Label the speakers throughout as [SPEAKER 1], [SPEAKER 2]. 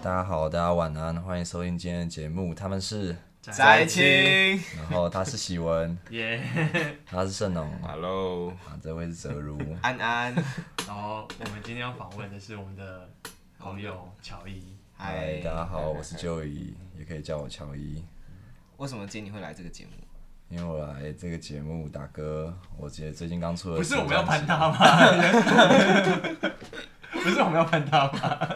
[SPEAKER 1] 家好，大家晚安，欢迎收听今天的节目。他们是，
[SPEAKER 2] 宅青，
[SPEAKER 1] 然后他是喜文，
[SPEAKER 2] 耶，
[SPEAKER 1] 他是盛龙，
[SPEAKER 3] Hello，
[SPEAKER 1] 啊，这位是泽如。
[SPEAKER 3] 安安，
[SPEAKER 2] 然后我们今天要访问的是我们的好友乔伊，
[SPEAKER 1] 嗨，大家好，我是 Joey，也可以叫我乔伊。
[SPEAKER 3] 为什么今天你会来这个节目？
[SPEAKER 1] 因为我来这个节目打歌，我姐最近刚出的
[SPEAKER 2] 不是
[SPEAKER 1] 首
[SPEAKER 2] 我们要
[SPEAKER 1] 专
[SPEAKER 2] 喷
[SPEAKER 1] 辑
[SPEAKER 2] 他吗？ 不是我们要喷他吗？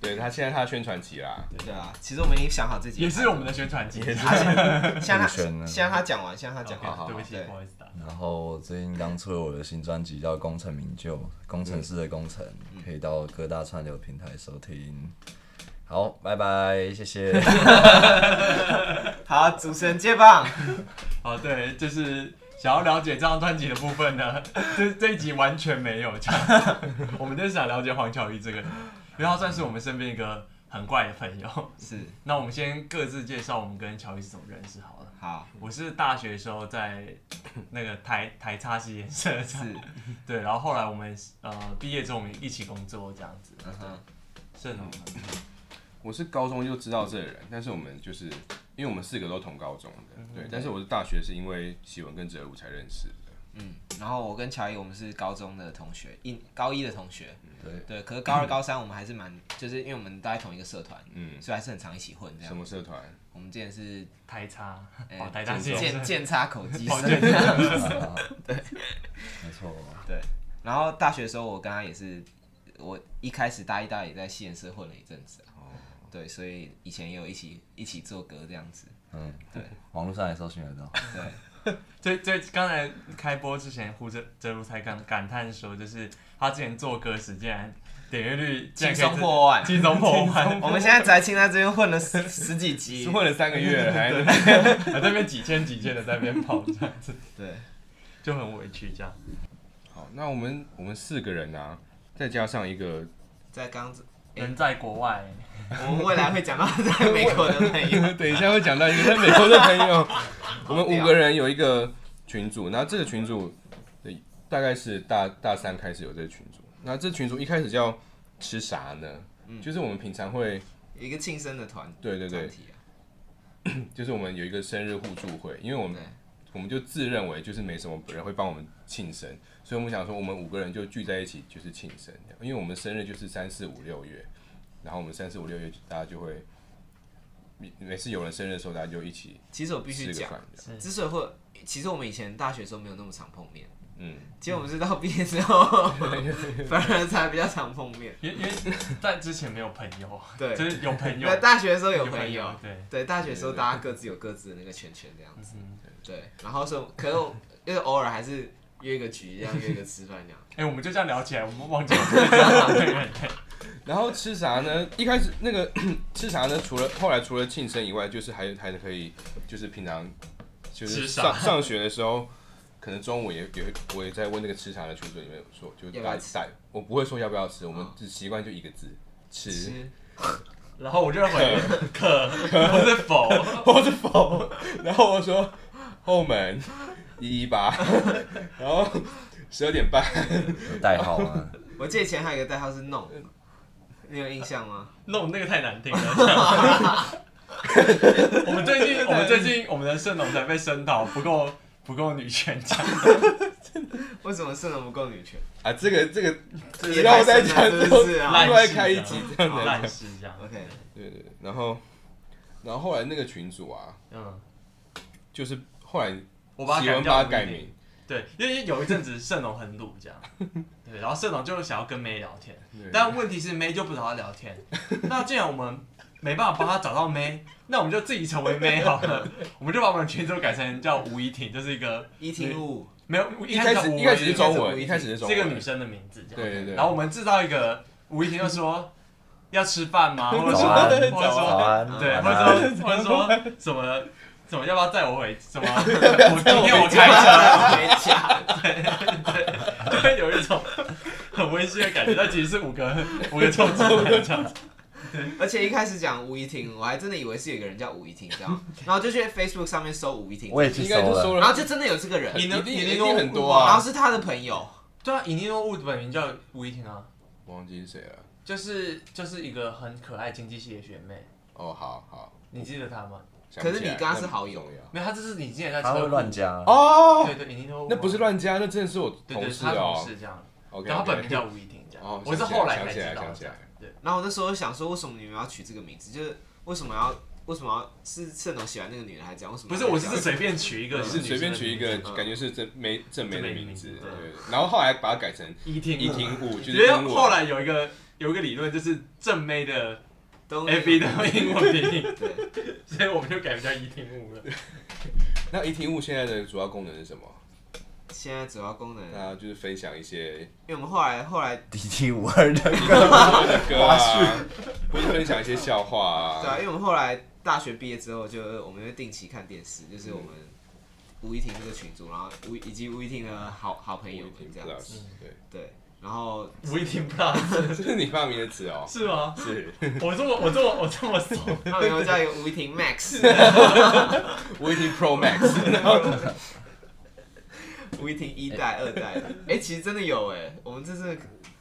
[SPEAKER 4] 对他现在他的宣传期啦，
[SPEAKER 3] 对啊，其实我们已经想好自 己
[SPEAKER 2] 也是我们的宣传机，也是
[SPEAKER 3] 现在
[SPEAKER 1] 入选了
[SPEAKER 3] 他现在他讲完，现在他讲完，
[SPEAKER 2] 对不起，
[SPEAKER 3] 对
[SPEAKER 2] 不好意思打。
[SPEAKER 1] 然后最近刚出了我的新专辑叫《功成名就》，工程师的工程，可以到各大串流平台收听。好，拜拜，谢谢。
[SPEAKER 3] 好，主持人接棒，
[SPEAKER 2] 哦，对，就是想要了解这张专辑的部分呢， 这这一集完全没有讲。 我们就是想了解黄乔伊这个人，因为他算是我们身边一个很怪的朋友。
[SPEAKER 3] 是
[SPEAKER 2] 那我们先各自介绍我们跟乔伊是怎么认识好了。
[SPEAKER 3] 好
[SPEAKER 2] 我是大学的时候在 那个台台差系研社这样，
[SPEAKER 3] 是，
[SPEAKER 2] 对，然后后来我们呃毕业之后我们一起工作这样子，
[SPEAKER 3] 嗯哼，
[SPEAKER 2] 是吗？
[SPEAKER 4] 我是高中就知道这个人，但是我们就是因为我们四个都同高中的，嗯对，但是我是大学是因为喜文跟哲武才认识的，
[SPEAKER 3] 嗯，然后我跟乔伊我们是高中的同学，一高一的同学，
[SPEAKER 1] 对
[SPEAKER 3] 对，可是高二高三我们还是蛮， 就是因为我们都在同一个社团，
[SPEAKER 4] 嗯，
[SPEAKER 3] 所以还是很常一起混这
[SPEAKER 4] 什
[SPEAKER 3] 样。
[SPEAKER 4] 么社团？
[SPEAKER 3] 我们之前是
[SPEAKER 2] 台差，
[SPEAKER 3] 呃
[SPEAKER 2] 哦，台差系
[SPEAKER 3] 剑
[SPEAKER 2] 研
[SPEAKER 3] 剑
[SPEAKER 2] 社，
[SPEAKER 3] 剑插口机
[SPEAKER 2] 哦
[SPEAKER 3] 生
[SPEAKER 2] 剑
[SPEAKER 3] 这样子。
[SPEAKER 1] 啊没错，
[SPEAKER 3] 对，然后大学的时候，我跟他也是，我一开始大一、大二也在戏研社混了一阵子、啊。对，所以以前也有一起一起做歌这样子。
[SPEAKER 1] 嗯，
[SPEAKER 3] 对，
[SPEAKER 1] 网络上也搜寻得到。
[SPEAKER 2] 这这刚才开播之前，胡哲哲如才感感叹说，就是他之前做歌时竟然点阅率竟然可以
[SPEAKER 3] 轻松破万
[SPEAKER 2] 轻松破万，
[SPEAKER 3] 我们现在宅青在这边混了十十几集
[SPEAKER 4] 是。混了三个 月了还
[SPEAKER 2] 还在那边几千几千的在那边跑这样子，
[SPEAKER 3] 对，
[SPEAKER 2] 就很委屈这样。
[SPEAKER 4] 好，那我们我们四个人啊，再加上一个
[SPEAKER 3] 在刚子，
[SPEAKER 2] 人在国外，
[SPEAKER 3] 我们未来会讲到在美国的朋友。
[SPEAKER 4] 等一下会讲到一个在美国的朋友，我们五个人有一个群组，然后这个群组对大概是大大三开始有这个群组，那这群组一开始叫吃啥呢？就是我们平常会，
[SPEAKER 3] 一个庆生的团，
[SPEAKER 4] 对对对
[SPEAKER 3] 团，体啊，
[SPEAKER 4] 就是我们有一个生日互助会，因为我们
[SPEAKER 3] 对
[SPEAKER 4] 我们就自认为就是没什么人会帮我们庆生，所以我们想说我们五个人就聚在一起就是庆生，因为我们生日就是三四五六月，然后我们三四五六月大家就会每每次有人生日的时候，大家就一起
[SPEAKER 3] 其实我必须
[SPEAKER 4] 吃个
[SPEAKER 3] 讲，
[SPEAKER 4] 饭，
[SPEAKER 3] 之所以会，其实我们以前大学的时候没有那么常碰面，
[SPEAKER 4] 嗯。
[SPEAKER 3] 结果我们是到毕业之后，反而才比较常碰面。
[SPEAKER 2] 因因为在之前没有朋友，
[SPEAKER 3] 对
[SPEAKER 2] 就是有朋友
[SPEAKER 3] 那，大学的时候有朋友，
[SPEAKER 2] 对。
[SPEAKER 3] 对，大学的时候
[SPEAKER 4] 对对对
[SPEAKER 3] 大家各自有各自的那个圈圈这样子，
[SPEAKER 2] 嗯，
[SPEAKER 3] 对，然后是，可是我就是偶尔还是约一个局，这样约一个吃饭这样，
[SPEAKER 2] 哎、我们就这样聊起来，我们忘记我们在讲哪个人。
[SPEAKER 4] 然后吃啥呢？一开始那个 吃啥呢？除了后来除了庆生以外，就是还还可以，就是平常就
[SPEAKER 2] 吃
[SPEAKER 4] 是
[SPEAKER 2] 啥
[SPEAKER 4] 上上学的时候，可能中午也也会我也在问那个吃啥的群组里面有说，就
[SPEAKER 3] 要
[SPEAKER 4] 是
[SPEAKER 3] 不要
[SPEAKER 4] 大
[SPEAKER 3] 吃
[SPEAKER 4] 大我不会说要不要吃，我们
[SPEAKER 3] 嗯
[SPEAKER 4] 只习惯就一个字吃。
[SPEAKER 3] 吃
[SPEAKER 2] 然后我就回可不是否，
[SPEAKER 4] 我是否？然后我说后门一一八， 然后十二点半
[SPEAKER 1] 有代号吗？
[SPEAKER 3] 我记得以前还有一个代号是弄，你有印象吗？
[SPEAKER 2] 弄那个太难听了。我们最近，我们最近，我们的盛总才被声讨不够不够女权这样
[SPEAKER 3] 为什么圣人不够女权？
[SPEAKER 4] 啊，这个这个，
[SPEAKER 3] 也
[SPEAKER 4] 然后再
[SPEAKER 3] 太深
[SPEAKER 4] 讲
[SPEAKER 3] 了
[SPEAKER 4] 之
[SPEAKER 3] 是不
[SPEAKER 4] 后，
[SPEAKER 3] 是啊
[SPEAKER 4] 另外开一集这样
[SPEAKER 2] 好
[SPEAKER 4] 的。
[SPEAKER 2] 烂事这样。
[SPEAKER 3] OK，
[SPEAKER 4] 对对对，然后然后后来那个群主啊，
[SPEAKER 2] 嗯，
[SPEAKER 4] 就是后来
[SPEAKER 2] 我把它
[SPEAKER 4] 喜
[SPEAKER 2] 改
[SPEAKER 4] 欢
[SPEAKER 2] 掉
[SPEAKER 4] 把它改。名，
[SPEAKER 2] 对，因为有一阵子盛龙很鲁这样，对，然后盛龙就想要跟妹聊天，
[SPEAKER 4] 对
[SPEAKER 2] 但问题是妹就不找他聊 天。那既然我们没办法帮他找到妹，那我们就自己成为妹好了。 我们就把我们的群组改成叫吴怡婷，就是一个
[SPEAKER 3] 一听五，
[SPEAKER 2] 没有一
[SPEAKER 4] 一开
[SPEAKER 2] 叫
[SPEAKER 4] 始
[SPEAKER 2] 吴
[SPEAKER 4] 一开始
[SPEAKER 2] 怡
[SPEAKER 4] 是
[SPEAKER 2] 婷
[SPEAKER 4] 中文，一开始是中
[SPEAKER 2] 这
[SPEAKER 4] 文，
[SPEAKER 2] 个女生的名字这样。
[SPEAKER 4] 对对对，
[SPEAKER 2] 然后我们制造一个吴怡婷就说要吃饭 吗？或者
[SPEAKER 1] 早
[SPEAKER 2] 说
[SPEAKER 1] 安
[SPEAKER 2] 或者
[SPEAKER 1] 早
[SPEAKER 4] 啊
[SPEAKER 2] 说
[SPEAKER 1] 安，
[SPEAKER 2] 对，
[SPEAKER 1] 晚
[SPEAKER 2] 或
[SPEAKER 1] 安
[SPEAKER 2] 者说或者说什么什么要不要载我回什 么？我今天我开车。
[SPEAKER 3] 回家，
[SPEAKER 2] 就
[SPEAKER 4] 啊
[SPEAKER 2] 会 有一种很温馨的感觉。但其实是五个五个臭臭的这样子。
[SPEAKER 3] 而且一开始讲吴怡婷，我还真的以为是有个人叫吴怡婷，这样，然后就去 Facebook 上面搜吴怡婷，
[SPEAKER 1] 我也去
[SPEAKER 4] 应
[SPEAKER 1] 搜
[SPEAKER 4] 该就
[SPEAKER 1] 了。
[SPEAKER 4] 说
[SPEAKER 3] 然后
[SPEAKER 2] 啊
[SPEAKER 4] 了，
[SPEAKER 3] 就真的有这个人，
[SPEAKER 2] 你
[SPEAKER 4] 一
[SPEAKER 2] 呢
[SPEAKER 4] 定
[SPEAKER 2] 你
[SPEAKER 4] 一
[SPEAKER 2] 那个
[SPEAKER 4] 定很多
[SPEAKER 3] 然后
[SPEAKER 4] 啊，
[SPEAKER 3] 是他的朋友，
[SPEAKER 2] 对啊，尹尼诺物本名叫吴一婷啊，
[SPEAKER 4] 忘记是谁了，
[SPEAKER 2] 就是就是一个很可爱经济系的学妹，
[SPEAKER 4] 哦，好好。
[SPEAKER 2] 你记得她吗？
[SPEAKER 4] 想
[SPEAKER 3] 可
[SPEAKER 4] 不
[SPEAKER 3] 是
[SPEAKER 4] 起
[SPEAKER 3] 你
[SPEAKER 4] 来
[SPEAKER 3] 跟他
[SPEAKER 4] 那
[SPEAKER 3] 是
[SPEAKER 4] 不
[SPEAKER 3] 好友
[SPEAKER 4] 重要
[SPEAKER 2] 没有，她就是你之前在
[SPEAKER 1] 他
[SPEAKER 2] 车
[SPEAKER 1] 会
[SPEAKER 2] 库
[SPEAKER 1] 乱，加，
[SPEAKER 4] 哦，
[SPEAKER 2] 对对，你听说过
[SPEAKER 4] 那不是乱加，那真的是我
[SPEAKER 2] 对对，
[SPEAKER 4] 同
[SPEAKER 2] 是
[SPEAKER 4] 事
[SPEAKER 2] 她同
[SPEAKER 4] 哦。
[SPEAKER 2] 事这样，
[SPEAKER 4] OK，
[SPEAKER 2] 然后她本名叫吴怡婷这
[SPEAKER 4] 哦
[SPEAKER 2] 样，我是
[SPEAKER 4] 想起来
[SPEAKER 2] 后来才
[SPEAKER 4] 想起来
[SPEAKER 2] 知道
[SPEAKER 4] 想起
[SPEAKER 2] 这
[SPEAKER 4] 来
[SPEAKER 2] 样，对。
[SPEAKER 3] 然后我那时候想说，为什么你们要取这个名字？就是为什么要为什么要是盛总喜欢那个女人还这样？为什么
[SPEAKER 2] 不
[SPEAKER 3] 要
[SPEAKER 2] 是，我
[SPEAKER 3] 这样
[SPEAKER 2] 是随便取一个，
[SPEAKER 4] 你是
[SPEAKER 2] 女
[SPEAKER 4] 嗯随
[SPEAKER 2] 生
[SPEAKER 4] 便
[SPEAKER 2] 的
[SPEAKER 4] 取一
[SPEAKER 2] 名
[SPEAKER 4] 个
[SPEAKER 2] 字，
[SPEAKER 4] 感觉是正梅正梅的名字，
[SPEAKER 2] 正梅的名
[SPEAKER 4] 对
[SPEAKER 2] 字
[SPEAKER 4] 对。对然后后来把它改成
[SPEAKER 2] 一听
[SPEAKER 4] 一听物，就
[SPEAKER 2] 啊因
[SPEAKER 4] 是
[SPEAKER 2] 为
[SPEAKER 4] 英文
[SPEAKER 2] 后来有一个有一个理论，就是正妹的
[SPEAKER 3] 都
[SPEAKER 2] A B 的
[SPEAKER 4] 哦
[SPEAKER 2] 英文拼音，
[SPEAKER 3] 对，
[SPEAKER 2] 所以我们就改名叫一听物了。
[SPEAKER 4] 那一听物现在的主要功能是什么？
[SPEAKER 3] 现在主要功能，
[SPEAKER 4] 那就是分享一些
[SPEAKER 3] 因为我们后来后来
[SPEAKER 1] D T 五二的
[SPEAKER 4] 的歌啊，或者分享一些笑话
[SPEAKER 3] 对啊，
[SPEAKER 4] 啊。
[SPEAKER 3] 因为我们后来大学毕业之后就，我们会定期看电视，就是我们吴一婷这个群组，然后吴以及吴一婷的好好朋友们这样子，
[SPEAKER 4] Plus，对，
[SPEAKER 3] 对，然后
[SPEAKER 2] 无一听 plus
[SPEAKER 4] 这是你发明的词哦。
[SPEAKER 2] 是吗？
[SPEAKER 4] 是，
[SPEAKER 2] 我这么我这么我这么熟，
[SPEAKER 3] 他们有叫一个吴 一婷 Max，
[SPEAKER 4] 我已经 Pro Max，然后
[SPEAKER 3] 吴一婷一代、二代，哎、其实真的有哎、我们这是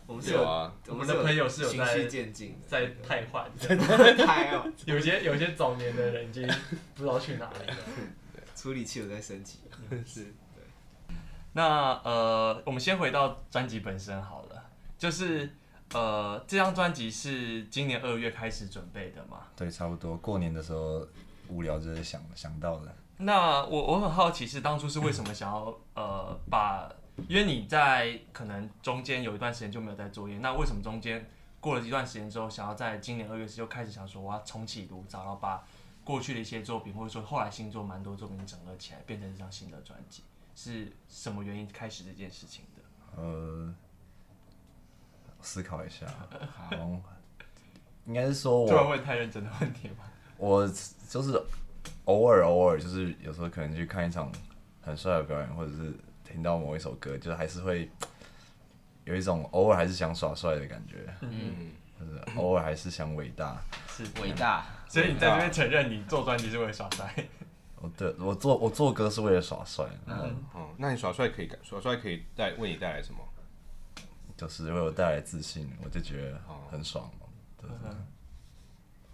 [SPEAKER 3] 我们是
[SPEAKER 4] 有，啊，
[SPEAKER 3] 我们
[SPEAKER 2] 我们的朋友是有
[SPEAKER 3] 循
[SPEAKER 2] 在
[SPEAKER 3] 序渐进
[SPEAKER 2] 在太换，
[SPEAKER 3] 的，太哦，
[SPEAKER 2] 有些有些早年的人已经不知道去哪里了。
[SPEAKER 3] 处理器有在升级，
[SPEAKER 2] 那呃，我们先回到专辑本身好了，就是呃，这张专辑是今年二月开始准备的嘛？
[SPEAKER 1] 对，差不多。过年的时候无聊就是想想到的，
[SPEAKER 2] 那我我很好奇是当初是为什么想要呃把，因为你在可能中间有一段时间就没有在作业，那为什么中间过了一段时间之后，想要在今年二月时就开始想说我要重启炉灶，然后把过去的一些作品或者说后来新作蛮多作品整合起来，变成一张新的专辑，是什么原因开始这件事情的？
[SPEAKER 1] 呃，思考一下，好，应该是说
[SPEAKER 2] 突然
[SPEAKER 1] 我
[SPEAKER 2] 问太认真的问题吗？
[SPEAKER 1] 我就是偶尔偶尔就是有时候可能去看一场很帅的表演，或者是听到某一首歌，就是还是会有一种偶尔还是想耍帅的感觉，
[SPEAKER 4] 嗯，
[SPEAKER 1] 就是偶尔还是想伟大。
[SPEAKER 2] 是，
[SPEAKER 3] 伟大，
[SPEAKER 2] 所以你在这边承认你做专辑是为了耍帅，
[SPEAKER 1] 我对我做我做歌是为了耍帅，然
[SPEAKER 3] 嗯
[SPEAKER 1] 后
[SPEAKER 4] 哦，那你耍帅可以干，耍帅可以带为你带来什么？
[SPEAKER 1] 就是为我带来自信，我就觉得
[SPEAKER 4] 哦
[SPEAKER 1] 很爽。
[SPEAKER 2] 嗯
[SPEAKER 3] 哦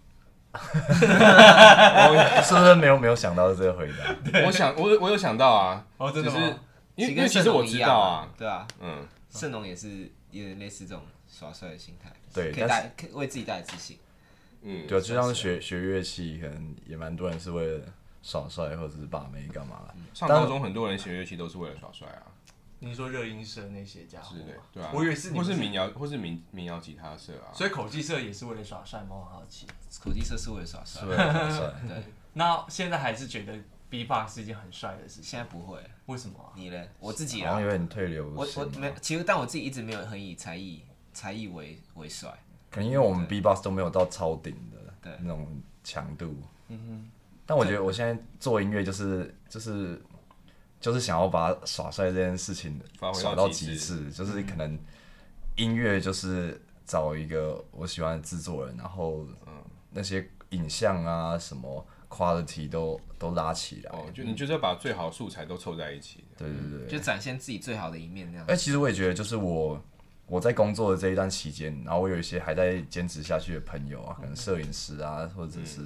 [SPEAKER 1] 是不是没有没有想到这个回答？
[SPEAKER 4] 我想，我有我有想到啊，
[SPEAKER 2] 哦，真的
[SPEAKER 4] 只是
[SPEAKER 2] 吗？
[SPEAKER 4] 因为因
[SPEAKER 3] 跟
[SPEAKER 4] 为其
[SPEAKER 3] 盛
[SPEAKER 4] 实我
[SPEAKER 3] 龙一
[SPEAKER 4] 知
[SPEAKER 3] 样
[SPEAKER 4] 道啊，，
[SPEAKER 3] 对啊，
[SPEAKER 4] 嗯，
[SPEAKER 3] 盛龙也是有点类似这种耍帅的心态，
[SPEAKER 1] 对
[SPEAKER 3] 可以
[SPEAKER 1] 但
[SPEAKER 3] 带可以为自己带来自信，
[SPEAKER 4] 嗯，
[SPEAKER 1] 对，就像学学乐器，可能也蛮多人是为了耍帅或者是把妹干嘛的。
[SPEAKER 3] 嗯
[SPEAKER 4] 上高中很多人学乐器都是为了耍帅啊，
[SPEAKER 2] 你说热音社那些家伙
[SPEAKER 4] 之类
[SPEAKER 2] 吗，
[SPEAKER 4] 对啊，
[SPEAKER 2] 我以为是你
[SPEAKER 4] 或
[SPEAKER 2] 们
[SPEAKER 4] 是民谣，或是民民谣吉他社啊，
[SPEAKER 2] 所以口技社也是为了耍帅吗？我好奇。
[SPEAKER 3] 口技社是为了耍帅
[SPEAKER 1] 是，为了耍帅，
[SPEAKER 2] 那现在还是觉得 B-box 是一件很帅的事情，
[SPEAKER 3] 现在不会，
[SPEAKER 2] 为什么啊、
[SPEAKER 3] 你嘞？ 我自己
[SPEAKER 1] 好
[SPEAKER 3] 啊
[SPEAKER 1] 像，有点退流
[SPEAKER 3] 我我
[SPEAKER 1] 行。
[SPEAKER 3] 没，其实但我自己一直没有很以才艺才艺为为帅，
[SPEAKER 1] 可能因为我们 B-box 都没有到超顶
[SPEAKER 3] 对
[SPEAKER 1] 的那种强度。
[SPEAKER 4] 嗯
[SPEAKER 1] 但我觉得我现在做音乐就是就是就是想要把耍帅这件事情
[SPEAKER 4] 发挥到
[SPEAKER 1] 耍到
[SPEAKER 4] 极嗯
[SPEAKER 1] 极致，就是可能音乐就是找一个我喜欢的制作人，然后
[SPEAKER 4] 嗯
[SPEAKER 1] 那些影像啊什么 quality 都都拉起来。嗯
[SPEAKER 4] 哦，就你就是要把最好的素材都凑在一起，
[SPEAKER 1] 对对对。
[SPEAKER 3] 就展现自己最好的一面那样。
[SPEAKER 1] 哎，其实我也觉得，就是我我在工作的这一段期间，然后我有一些还在兼职下去的朋友啊，可能摄影师啊，或者是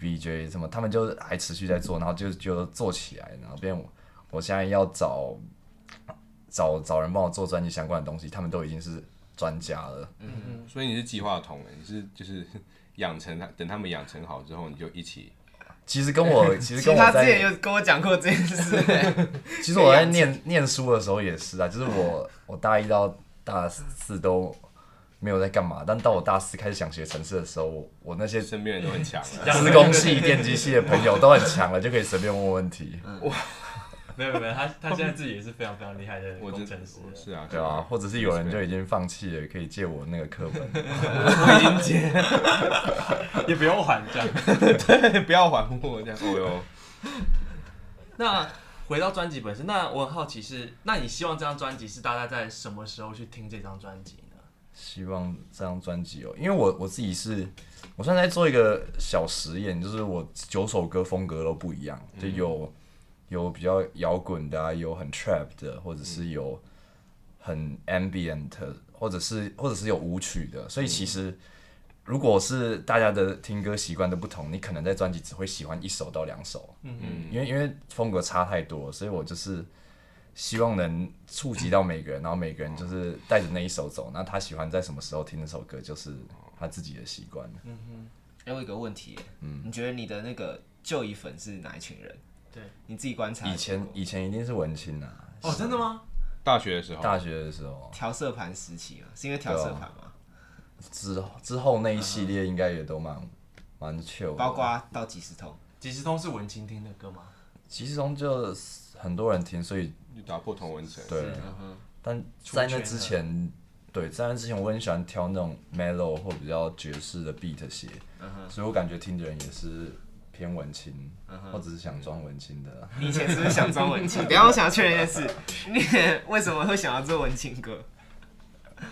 [SPEAKER 1] VJ 什么，他们就还持续在做，然后就就做起来，然后变我我现在要找找找人帮我做专辑相关的东西，他们都已经是专家了。
[SPEAKER 4] 所以你是计划筒，你是就是 养成他，等他们养成好之后，你就一起
[SPEAKER 1] 其实跟 我其实
[SPEAKER 3] 其
[SPEAKER 1] 跟
[SPEAKER 3] 实
[SPEAKER 1] 我
[SPEAKER 3] 他之前
[SPEAKER 1] 在
[SPEAKER 3] 有跟我讲过这件事，哎
[SPEAKER 1] 其实我在念念书的时候也是啊，就是我我大一到大四都。没有在干嘛，但到我大四开始想学城市的时候，我我那些
[SPEAKER 4] 身边人都很 强啊。
[SPEAKER 1] 资工系、电机系的朋友都很强了，就可以随便问问题，
[SPEAKER 2] 没有没有，他他现在自己也是非常非常厉害 的
[SPEAKER 4] 我
[SPEAKER 2] 工
[SPEAKER 4] 真
[SPEAKER 2] 程师了。
[SPEAKER 4] 我是啊，
[SPEAKER 1] 对啊，或者是有人就已经放弃了，可以借我那个课本。
[SPEAKER 2] 也不用还这样。
[SPEAKER 4] 对， 不要还我这样。哦哟，
[SPEAKER 2] 那回到专辑本身，那我很好奇是，那你希望这张专辑是大家在什么时候去听这张专辑呢？
[SPEAKER 1] 希望这张专辑哦，因为我我自己是，我算在做一个小实验，就是我九首歌风格都不一样，就有、有比较摇滚的、啊，有很 trap 的，或者是有很 ambient，或者是或者是有舞曲的，所以其实如果是大家的听歌习惯都不同，你可能在专辑只会喜欢一首到两首，嗯嗯，因为因为风格差太多，所以我就是希望能触及到每个人，然后每个人就是带着那一首走，那他喜欢在什么时候听那首歌，就是他自己的习惯。
[SPEAKER 3] 哎，我有个问题，嗯，你觉得你的那个旧衣粉是哪一群人？
[SPEAKER 2] 对，
[SPEAKER 3] 你自己观察
[SPEAKER 1] 以前以前一定是文青啊，
[SPEAKER 2] 哦，真的吗？
[SPEAKER 4] 大学的时
[SPEAKER 3] 哦
[SPEAKER 4] 候，
[SPEAKER 1] 大学的时候
[SPEAKER 3] 调色盘时期嘛，是因为调色盘嘛，
[SPEAKER 1] 之后之后那一系列应该也都蛮蛮 chill，的
[SPEAKER 4] 啊
[SPEAKER 3] 包括到几十通，
[SPEAKER 2] 即时通是文青听的歌吗？
[SPEAKER 1] 其中就很多人听，所以
[SPEAKER 4] 就打破同文层。
[SPEAKER 1] 对，
[SPEAKER 3] 嗯哼，
[SPEAKER 1] 但在那之前，对，在那之前我很喜欢挑那种 mellow 或比较爵士的 beat 写，
[SPEAKER 3] 嗯
[SPEAKER 1] 所以我感觉听的人也是偏文青，
[SPEAKER 3] 嗯
[SPEAKER 1] 或者是想装文青的啊。
[SPEAKER 3] 你以前是不是想装文 青？等一下我想要确认一件事，你为什么会想要做文青歌？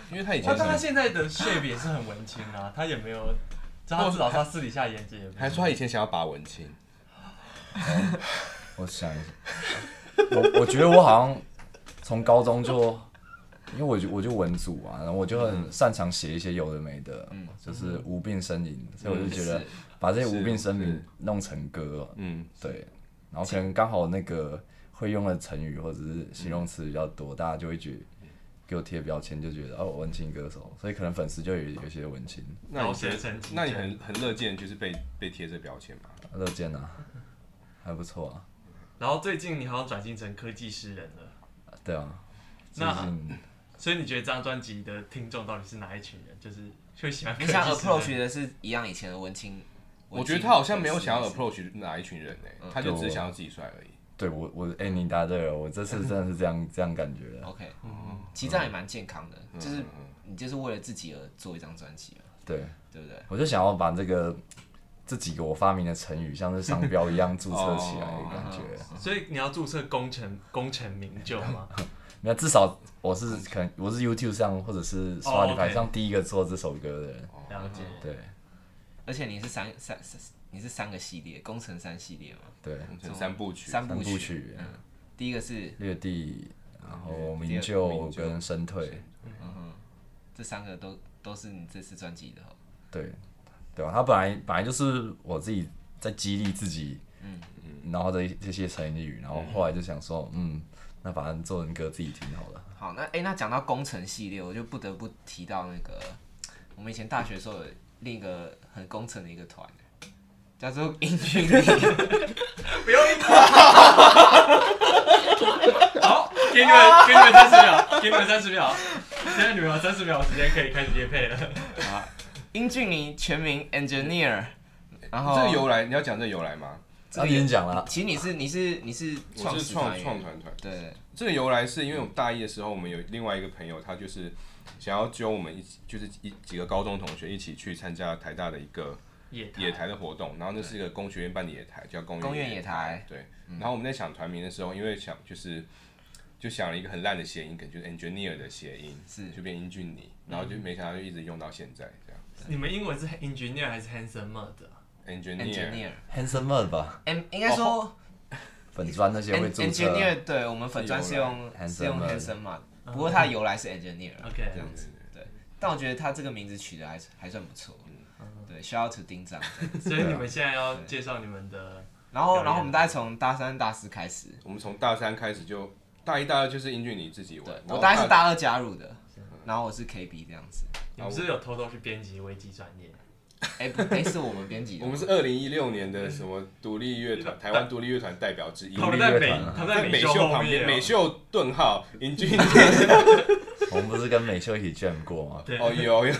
[SPEAKER 4] 因为他以前
[SPEAKER 2] 哇，但他
[SPEAKER 4] 是
[SPEAKER 2] 现在的 shape 也是很文青啊，他也没有，他至少他私底下言简也不
[SPEAKER 4] 还说他以前想要把文青，
[SPEAKER 1] 我想一下，我我觉得我好像从高中就，因为我就我就文组啊，然后我就很擅长写一些有的没的，就是无病呻吟，所以我就觉得
[SPEAKER 3] 是
[SPEAKER 1] 把这些无病呻
[SPEAKER 4] 嗯是
[SPEAKER 1] 吟弄成歌，
[SPEAKER 4] 嗯，
[SPEAKER 1] 对，然后可能刚好那个会用的成语或者是形容词比较
[SPEAKER 4] 嗯
[SPEAKER 1] 多，大家就会觉得给我贴标签，就觉得哦文青歌手，所以可能粉丝就有有些文青，
[SPEAKER 4] 那你
[SPEAKER 2] 饶
[SPEAKER 4] 觉
[SPEAKER 2] 舌
[SPEAKER 4] 得
[SPEAKER 2] 成绩
[SPEAKER 4] 那你很很乐见就是被被贴这标签嘛？
[SPEAKER 1] 乐见啊，还不错啊，
[SPEAKER 2] 然后最近你好像转型成科技诗人了，
[SPEAKER 1] 对啊，最
[SPEAKER 2] 那
[SPEAKER 1] 近
[SPEAKER 2] 所以你觉得这张专辑的听众到底是哪一群人？就是会喜欢科
[SPEAKER 3] 你
[SPEAKER 2] 技
[SPEAKER 3] 想
[SPEAKER 2] 诗
[SPEAKER 3] approach
[SPEAKER 2] 人？
[SPEAKER 3] 的是一样以前的文青，
[SPEAKER 4] 我觉得他好像没有想要
[SPEAKER 3] 文青
[SPEAKER 4] approach 哪一群人呢、
[SPEAKER 3] 嗯
[SPEAKER 4] 他就只是想要自己帅而已。
[SPEAKER 1] 对我我哎、你答对了，我这次真的是这样这样感觉的，
[SPEAKER 3] OK，其
[SPEAKER 4] 嗯
[SPEAKER 3] 实这样也蛮健康的，就是你就是为了自己而做一张专辑嘛，
[SPEAKER 1] 对
[SPEAKER 3] 对不对？
[SPEAKER 1] 我就想要把这个这几个我发明的成语像是商标一样注册起来的感觉，
[SPEAKER 2] 所以你要注册功成功成名就 吗？
[SPEAKER 1] 那至少我是可能我是 YouTube 上或者是
[SPEAKER 2] 哦
[SPEAKER 1] Spotify
[SPEAKER 2] ，OK
[SPEAKER 1] 上第一个做这首歌的人，
[SPEAKER 2] 了解。
[SPEAKER 1] 对
[SPEAKER 3] 而且你是三三三，你是三个系列，工程三系列嘛，
[SPEAKER 1] 对。
[SPEAKER 4] 嗯成三部曲，
[SPEAKER 3] 啊
[SPEAKER 4] 嗯
[SPEAKER 3] 三
[SPEAKER 1] 三
[SPEAKER 3] 部
[SPEAKER 1] 部
[SPEAKER 3] 曲，嗯
[SPEAKER 1] 曲，
[SPEAKER 3] 第一个是
[SPEAKER 1] 略地，然后
[SPEAKER 3] 第
[SPEAKER 1] 鸣
[SPEAKER 3] 二
[SPEAKER 1] 救
[SPEAKER 4] 鸣
[SPEAKER 1] 跟身退，
[SPEAKER 3] 这三个都都是你这次专辑的哦，
[SPEAKER 1] 对，对吧？他本来本来就是我自己在激励自己，嗯，然后这这些成语，然后后来就想说，嗯，那把它做成歌自己听好了。
[SPEAKER 3] 好，那哎、诶那讲到工程系列，我就不得不提到那个我们以前大学的时候有另一个很工程的一个团，叫做英俊力。
[SPEAKER 2] 不用一头。 好，给你们给你们三十秒，给你们三十秒。现在你们有三十秒时间可以开始接配了。
[SPEAKER 3] 英俊尼全名 Engineer，然后
[SPEAKER 4] 这个由来你要讲这个由来吗？
[SPEAKER 1] 他
[SPEAKER 2] 啊
[SPEAKER 1] 已经讲了，
[SPEAKER 3] 其实你是你是你是
[SPEAKER 4] 我
[SPEAKER 3] 创
[SPEAKER 4] 是
[SPEAKER 3] 始
[SPEAKER 4] 创
[SPEAKER 3] 团
[SPEAKER 4] 创
[SPEAKER 3] 员，
[SPEAKER 4] 团团，
[SPEAKER 3] 对，
[SPEAKER 4] 这个由来是因为我们大一的时候，我们有另外一个朋友，他就是想要揪我们一起，就是一几个高中同学一起去参加台大的一个
[SPEAKER 2] 野
[SPEAKER 4] 野台的活动，然后那是一个工学院办的野台，叫公
[SPEAKER 3] 公园
[SPEAKER 4] 园
[SPEAKER 3] 野台
[SPEAKER 4] 台。对，然后我们在想团名的时候，因为想就是就想了一个很烂的谐音梗，就是 engineer 的谐音，
[SPEAKER 3] 是
[SPEAKER 4] 就变英俊尼，然后就没想到就一直用到现在这样。
[SPEAKER 2] 你们英文是 engineer 还是 handsome 的？
[SPEAKER 4] engineer 哦
[SPEAKER 3] engineer，
[SPEAKER 1] Handsome Mode 吧，
[SPEAKER 3] 嗯，应该说
[SPEAKER 1] 粉砖那些会
[SPEAKER 3] en-
[SPEAKER 1] 注册。
[SPEAKER 3] engineer，对我们粉砖是用是用
[SPEAKER 1] Handsome
[SPEAKER 3] handsome 嘛，不过它的由来是 engineer，
[SPEAKER 2] OK，
[SPEAKER 4] 这样子，
[SPEAKER 3] 但我觉得他这个名字取得还还算不错，对，shout out to 丁章。
[SPEAKER 2] 所以你们现在要介绍你们
[SPEAKER 4] 啊
[SPEAKER 2] 的
[SPEAKER 3] 然后然后我们大概从大三大四开始，
[SPEAKER 4] 我们从大三开始就大一、大二就是英俊尼自己玩
[SPEAKER 3] 对，
[SPEAKER 4] 然后
[SPEAKER 3] 我大概是大二加入的，然后我是 KB 这样子，
[SPEAKER 2] 你们是不是有偷偷去编辑危机专业？
[SPEAKER 3] 哎不哎是我们编辑的
[SPEAKER 4] 我，们是二零一六年的什么独立乐团，台湾独立乐团代表之一。
[SPEAKER 2] 他
[SPEAKER 1] 乐
[SPEAKER 2] 们在
[SPEAKER 1] 团
[SPEAKER 2] 美
[SPEAKER 1] 啊，
[SPEAKER 2] 他们
[SPEAKER 4] 在
[SPEAKER 2] 在
[SPEAKER 4] 美
[SPEAKER 2] 秀
[SPEAKER 4] 秀
[SPEAKER 2] 后
[SPEAKER 4] 旁边，
[SPEAKER 2] 面哦。
[SPEAKER 4] 美秀顿号英俊。
[SPEAKER 1] 我们不是跟美秀一起 jam 过 吗？
[SPEAKER 2] 对
[SPEAKER 4] 哦，有 有，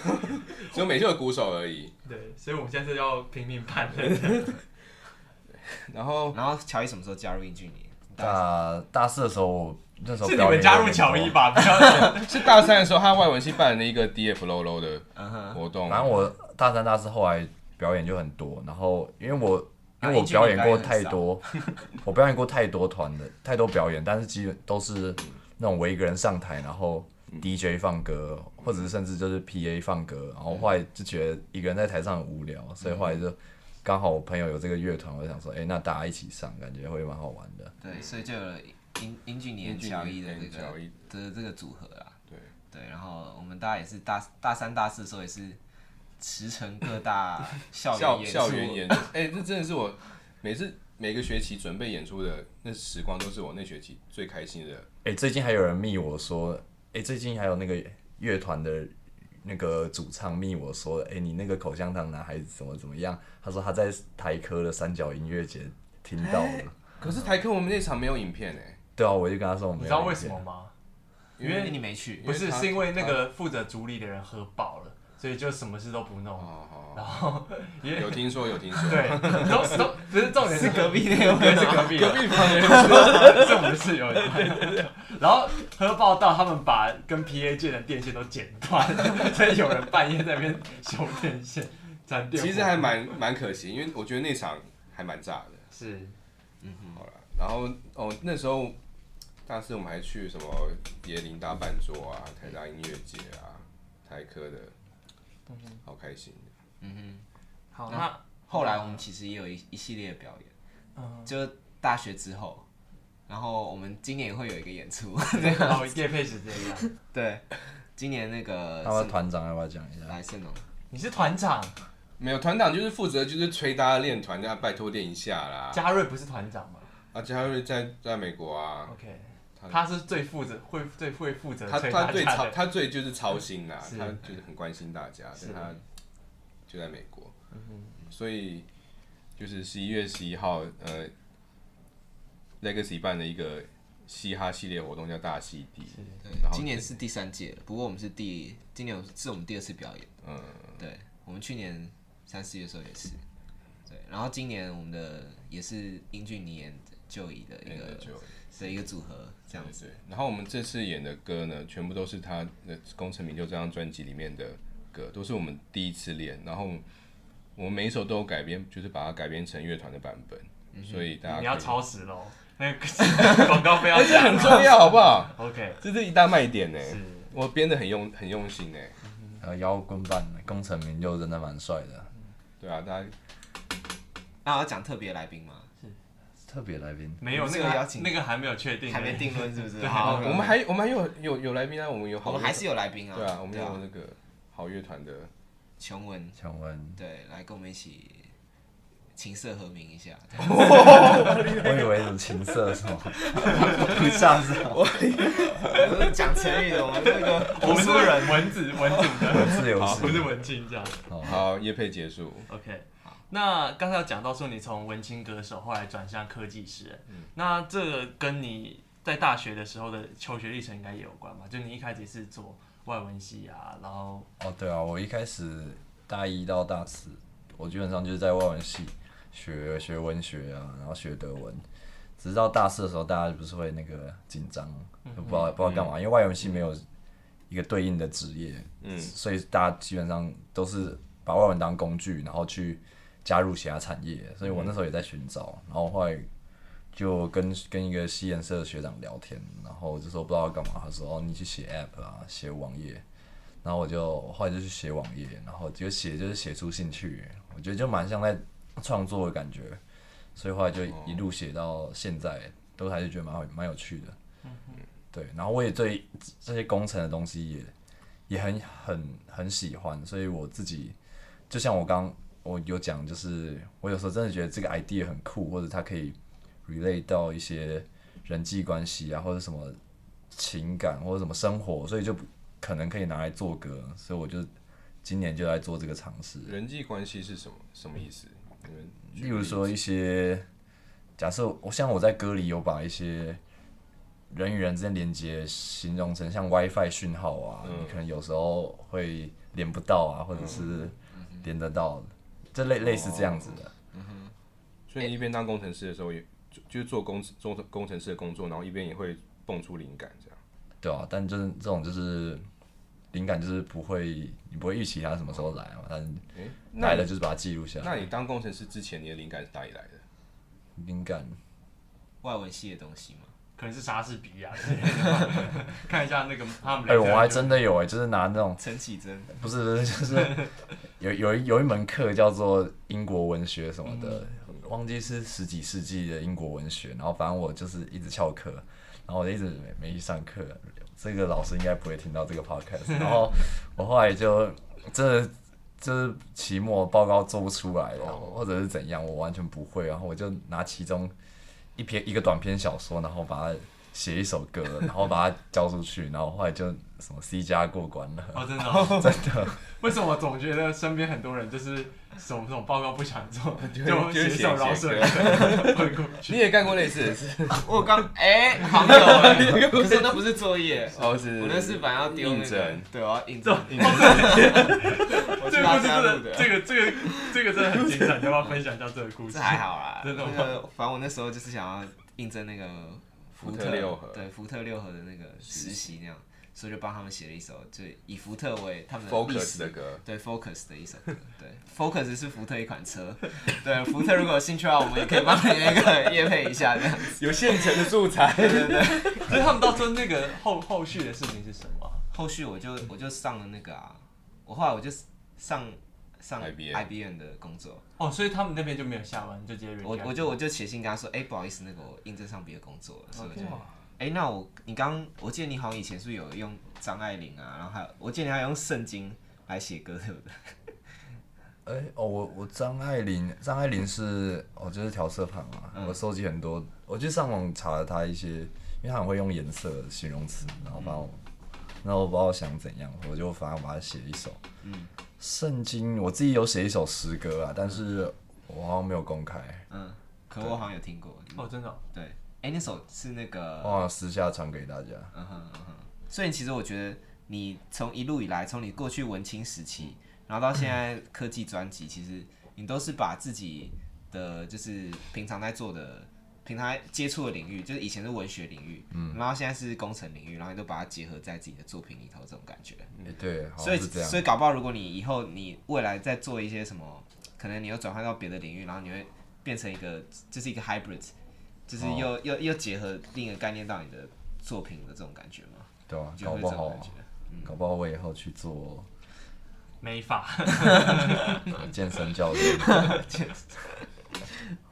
[SPEAKER 4] 只有美秀的鼓手而已。
[SPEAKER 2] 对，所以我们现在是要拼命判的。
[SPEAKER 4] 然后
[SPEAKER 3] 然后乔伊什么时候加入英俊尼？大
[SPEAKER 1] 大大四的时候，我那时候
[SPEAKER 2] 是你
[SPEAKER 1] 表演
[SPEAKER 2] 们加入
[SPEAKER 1] 有点
[SPEAKER 2] 乔伊
[SPEAKER 1] 多？
[SPEAKER 2] 吧？不 要，
[SPEAKER 4] 是大三的时候，他外文系办了一个 DF l o l o 的
[SPEAKER 3] 嗯哼，
[SPEAKER 4] 活动。
[SPEAKER 1] 反正我大三大四后来表演就很多，然后因为我因
[SPEAKER 3] 啊
[SPEAKER 1] 为我
[SPEAKER 3] 英俊
[SPEAKER 1] 表
[SPEAKER 3] 你
[SPEAKER 1] 演
[SPEAKER 3] 表
[SPEAKER 1] 过
[SPEAKER 3] 演很
[SPEAKER 1] 太
[SPEAKER 3] 少
[SPEAKER 1] 多， 我表演过太多团的太多表演，但是基本都是那种我一个人上台，然后 DJ 放歌，或者是甚至就是 PA 放歌，然后后来就觉得一个人在台上很无聊，所以后来就刚好我朋友有这个乐团，我就想说，哎、那大家一起上，感觉会蛮好玩的。
[SPEAKER 3] 对，所以就有了英英俊尼
[SPEAKER 4] 英
[SPEAKER 3] 跟
[SPEAKER 4] 俊
[SPEAKER 3] 乔伊的这
[SPEAKER 4] 跟乔
[SPEAKER 3] 个
[SPEAKER 4] 伊
[SPEAKER 3] 的这个组合啦。
[SPEAKER 4] 对，
[SPEAKER 3] 对，然后我们大家也是大大三、大四的时候也是驰骋各大校
[SPEAKER 4] 校
[SPEAKER 3] 园演出，
[SPEAKER 4] 校园演出，哎、这真的是我每次每个学期准备演出的那时光，都是我那学期最开心的。
[SPEAKER 1] 哎、最近还有人密我说，哎、最近还有那个乐团的那个主唱密我说，哎、你那个口香糖男孩子怎么怎么样？他说他在台科的三角音乐节听到了。
[SPEAKER 4] 可是台科我们那场没有影片哎、
[SPEAKER 1] 对啊，我就跟他说我没有
[SPEAKER 2] 你知道为
[SPEAKER 1] 意
[SPEAKER 2] 什
[SPEAKER 1] 见
[SPEAKER 2] 么吗？
[SPEAKER 3] 因为你没去，
[SPEAKER 2] 不
[SPEAKER 4] 因
[SPEAKER 2] 是，
[SPEAKER 4] 为他
[SPEAKER 2] 是因为那个负责主理的人喝饱了，所以就什么事都不弄。
[SPEAKER 4] 哦好
[SPEAKER 2] 然后也
[SPEAKER 4] 有听说有 听说，
[SPEAKER 2] 对，都都不是重点是
[SPEAKER 3] 隔壁那
[SPEAKER 2] 对
[SPEAKER 3] 位
[SPEAKER 2] 是隔壁的
[SPEAKER 4] 隔壁房人
[SPEAKER 2] 是我们室友。然后喝爆到他们把跟 PA 界的电线都剪断，所以有人半夜在那边修电线、粘电火。
[SPEAKER 4] 其实还蛮蛮可惜，因为我觉得那场还蛮炸的。
[SPEAKER 2] 是
[SPEAKER 4] 好了，然后哦，那时候大四我们还去什么椰林大半桌啊、台大音乐节啊、台科的，好开心。
[SPEAKER 2] 好
[SPEAKER 3] 那
[SPEAKER 2] 那
[SPEAKER 3] 后来我们其实也有一一系列的表演，
[SPEAKER 2] 嗯，
[SPEAKER 3] 就大学之后，然后我们今年也会有一个演出，
[SPEAKER 2] 然后叶佩是这样，
[SPEAKER 3] 对，今年那个
[SPEAKER 1] 他们团长要不要讲一
[SPEAKER 3] 是
[SPEAKER 1] 下？
[SPEAKER 3] 来盛龙，
[SPEAKER 2] 你是团长，
[SPEAKER 4] 没有团长就是负责就是催大家练团，大家拜托练一下啦。
[SPEAKER 2] 嘉瑞不是团长吗
[SPEAKER 4] 啊，嘉瑞在在美国啊，
[SPEAKER 2] ？OK，
[SPEAKER 4] 他
[SPEAKER 2] 他是最负责会最会负责
[SPEAKER 4] 他
[SPEAKER 2] 催
[SPEAKER 4] 他
[SPEAKER 2] 大
[SPEAKER 4] 最
[SPEAKER 2] 家
[SPEAKER 4] 操
[SPEAKER 2] 的。
[SPEAKER 4] 他最就是操心啦，
[SPEAKER 2] 是
[SPEAKER 4] 他就是很关心大家，
[SPEAKER 2] 是嗯
[SPEAKER 4] 但他就在美国，所以就是十一月十一号，呃，Legacy 办的一个嘻哈系列活动叫大溪地，
[SPEAKER 3] 对
[SPEAKER 4] 然，后
[SPEAKER 3] 今年是第三届了，不过我们是第今年是我们第二次表演，
[SPEAKER 4] 嗯，
[SPEAKER 3] 对，我们去年三四月的时候也是，对，然后今年我们的也是英俊尼演就乙的一
[SPEAKER 4] 那
[SPEAKER 3] 个
[SPEAKER 4] 就
[SPEAKER 3] 的一个组合这样子，
[SPEAKER 4] 对。然后我们这次演的歌呢，全部都是他的《功成名就》这张专辑里面的歌，都是我们第一次练，然后我们每一首都有改编，就是把它改编成乐团的版本，所以大
[SPEAKER 1] 啊
[SPEAKER 4] 家
[SPEAKER 2] 嗯你要
[SPEAKER 4] 可以
[SPEAKER 2] 超时喽，那个 广告费要加
[SPEAKER 4] 很重要，好不好？
[SPEAKER 2] OK，
[SPEAKER 4] 这是一大卖点呢、
[SPEAKER 2] 是
[SPEAKER 4] 我编的很用很用心呢、
[SPEAKER 1] 还有呃摇滚版功成名就真的蛮帅的，
[SPEAKER 4] 对啊，大家
[SPEAKER 3] 那要讲特别来宾吗？
[SPEAKER 1] 特别来宾
[SPEAKER 2] 没有那
[SPEAKER 3] 这个邀
[SPEAKER 2] 个
[SPEAKER 3] 请
[SPEAKER 2] 那个还没有确定，
[SPEAKER 3] 还没定论是不是？
[SPEAKER 2] 对
[SPEAKER 3] 好，
[SPEAKER 4] 我们还我们还有有有来宾啊，我们有好
[SPEAKER 3] 嗯我们还是有来宾啊，
[SPEAKER 4] 对啊，我们有
[SPEAKER 3] 啊
[SPEAKER 4] 那个好乐团的，
[SPEAKER 3] 琼文，
[SPEAKER 1] 强文，
[SPEAKER 3] 对，来跟我们一起琴瑟和鸣一下，
[SPEAKER 1] 我以为什么情色什么， 不像是吧
[SPEAKER 3] 我们讲成语的，我们那个
[SPEAKER 2] 我们是人文字文组的，
[SPEAKER 1] 自由
[SPEAKER 2] 不是
[SPEAKER 1] 式。
[SPEAKER 2] 文青这样。
[SPEAKER 4] 好夜配结束，
[SPEAKER 2] OK，那刚才有讲到说你从文青歌手后来转向科技师，
[SPEAKER 1] 嗯
[SPEAKER 2] 那这个跟你在大学的时候的求学历程应该也有关吧？就你一开始是做外文系啊，然后
[SPEAKER 1] 哦，对啊，我一开始大一到大四，我基本上就是在外文系学学文学啊，然后学德文。只是到大四的时候，大家不是会那个紧张，就不知道不知道干嘛，因为外文系没有一个对应的职业，
[SPEAKER 4] 嗯
[SPEAKER 1] 所以大家基本上都是把外文当工具，然后去加入其他产业。所以我那时候也在寻找，然后后来就跟跟一个西研社的学长聊天，然后就说不知道要干嘛，他说哦你去写 app 啊，写网页。然后我就我后来就去写网页，然后就写就是写出兴趣，我觉得就蛮像在创作的感觉，所以后来就一路写到现在，都还是觉得蛮好蛮有趣的。对，然后我也对这些工程的东西也也很很很喜欢，所以我自己就像我刚我有讲，就是我有时候真的觉得这个 idea 很酷，或者它可以 relate 到一些人际关系啊，或者什么情感或者什么生活，所以就可能可以拿来做歌，所以我就今年就来做这个尝试。
[SPEAKER 4] 人际关系是什么什么意思？你们
[SPEAKER 1] 例如说一些，假设我像我在歌里有把一些人与人之间连接形容成像 WiFi 讯号啊，
[SPEAKER 4] 嗯
[SPEAKER 1] 你可能有时候会连不到啊，或者是
[SPEAKER 4] 嗯
[SPEAKER 1] 连得到，这类类似这样子
[SPEAKER 4] 哦
[SPEAKER 1] 的。
[SPEAKER 4] 所以你一边当工程师的时候也，就就是做工做工程师的工作，然后一边也会蹦出灵感这样。
[SPEAKER 1] 对啊，但就是这种就是灵感就是不会，你不会预期它什么时候来嘛，但
[SPEAKER 4] 诶
[SPEAKER 1] 来了就是把它记录下
[SPEAKER 4] 那
[SPEAKER 1] 来。
[SPEAKER 4] 你当工程师之前，你的灵感是哪里来的？
[SPEAKER 1] 灵感
[SPEAKER 3] 外文系的东西嘛，
[SPEAKER 2] 可能是莎士比亚之类的， 看一下那个他们
[SPEAKER 1] 哎、
[SPEAKER 2] 两个
[SPEAKER 1] 我还真的有哎、就是拿那种
[SPEAKER 3] 陈绮贞，
[SPEAKER 1] 不 是不是，就是有有一有一门课叫做英国文学什么的，忘记是十几世纪的英国文学，然后反正我就是一直翘课，然后我就一直没没去上课。这个老师应该不会听到这个 podcast。然后我后来就真的就是期末报告做不出来了，或者是怎样，我完全不会。然后我就拿其中一篇一个短篇小说，然后把它写一首歌，然后把它交出去，然后后来就什么 C 加过关了。
[SPEAKER 2] 哦，真的、哦，真的。为什么我总觉得身边很多人就是什么什么报告不想做，就
[SPEAKER 4] 就
[SPEAKER 2] 写
[SPEAKER 4] 是
[SPEAKER 2] 一
[SPEAKER 4] 写
[SPEAKER 2] 首饶舌歌混过
[SPEAKER 4] 你
[SPEAKER 2] 去。
[SPEAKER 4] 也干过类似的事？
[SPEAKER 3] 我刚 哎，好友哎，可是那不是作业，
[SPEAKER 4] 哦，欸是
[SPEAKER 3] 我那是反正要丢那
[SPEAKER 4] 应
[SPEAKER 3] 个
[SPEAKER 4] 征，
[SPEAKER 3] 对，我要应征。 我
[SPEAKER 2] 这
[SPEAKER 3] 去
[SPEAKER 2] 个
[SPEAKER 3] 拉
[SPEAKER 2] 故事
[SPEAKER 3] 家录
[SPEAKER 2] 真
[SPEAKER 3] 的
[SPEAKER 2] 的，，这个这个这个真的很精彩，你要不要分享一下这个故事？
[SPEAKER 3] 这 还好啦。
[SPEAKER 2] 真的吗
[SPEAKER 3] 那个，反正我那时候就是想要应征那个
[SPEAKER 4] 福特六合
[SPEAKER 3] 对福特六合的那个实习那样，所以就帮他们写了一首，就以福特为他们的历
[SPEAKER 4] Focus
[SPEAKER 3] 史
[SPEAKER 4] 的歌，
[SPEAKER 3] 对 Focus 的一首歌，对 Focus 是福特一款车，对福特如果有兴趣的话，我们也可以帮你那个夜配一下这样子。
[SPEAKER 4] 有现成的素材。
[SPEAKER 2] 所以他们到时候那个后后续的事情是什么啊？
[SPEAKER 3] 后续我就我就上了那个啊，我后来我就上上
[SPEAKER 4] IBM
[SPEAKER 3] IBM 的工作，
[SPEAKER 2] 哦，所以他们那边就没有下班，就直接 reject
[SPEAKER 3] 我我就我就写信跟他说，哎、不好意思，那个我应征上别的工作了，所以我就
[SPEAKER 2] 哇
[SPEAKER 3] 哎、那我你刚我记得你好像以前是不是有用张爱玲啊，然后还有我记得你还有用圣经来写歌，对不对？
[SPEAKER 1] 哎、哦，我我张爱玲，张爱玲是哦，就是调色盘嘛，
[SPEAKER 3] 嗯
[SPEAKER 1] 我收集很多，我就上网查了她一些，因为她很会用颜色形容词，然后把我，
[SPEAKER 3] 嗯
[SPEAKER 1] 然后我不知道想怎样，我就反正把它写一首，嗯，圣经我自己有写一首诗歌啊，但是我好像没有公开，
[SPEAKER 3] 嗯，可我好像有听过。
[SPEAKER 2] 哦，真的哦、
[SPEAKER 3] 对，哎、那首是那
[SPEAKER 1] 我
[SPEAKER 3] 个，
[SPEAKER 1] 好像私下传给大家，
[SPEAKER 3] 嗯哼嗯哼。所以其实我觉得你从一路以来，从你过去文青时期，然后到现在科技专辑，其实你都是把自己的就是平常在做的。平常接触的领域就是以前是文学领域，嗯，然后现在是工程领域，然后你都把它结合在自己的作品里头，这种感觉。
[SPEAKER 1] 哎对，好
[SPEAKER 3] 所以
[SPEAKER 1] 像是这样，
[SPEAKER 3] 所以搞不好，如果你以后你未来再做一些什么，可能你又转换到别的领域，然后你会变成一个，就是一个 hybrid，就是又、
[SPEAKER 1] 哦
[SPEAKER 3] 又又结合另一个概念到你的作品的这种感觉嘛，
[SPEAKER 1] 对啊，
[SPEAKER 3] 就
[SPEAKER 1] 搞
[SPEAKER 3] 会
[SPEAKER 1] 不
[SPEAKER 3] 这种
[SPEAKER 1] 好
[SPEAKER 3] 感，觉。
[SPEAKER 1] 搞不好我以后去做
[SPEAKER 2] 没法。
[SPEAKER 1] 啊健身教 练，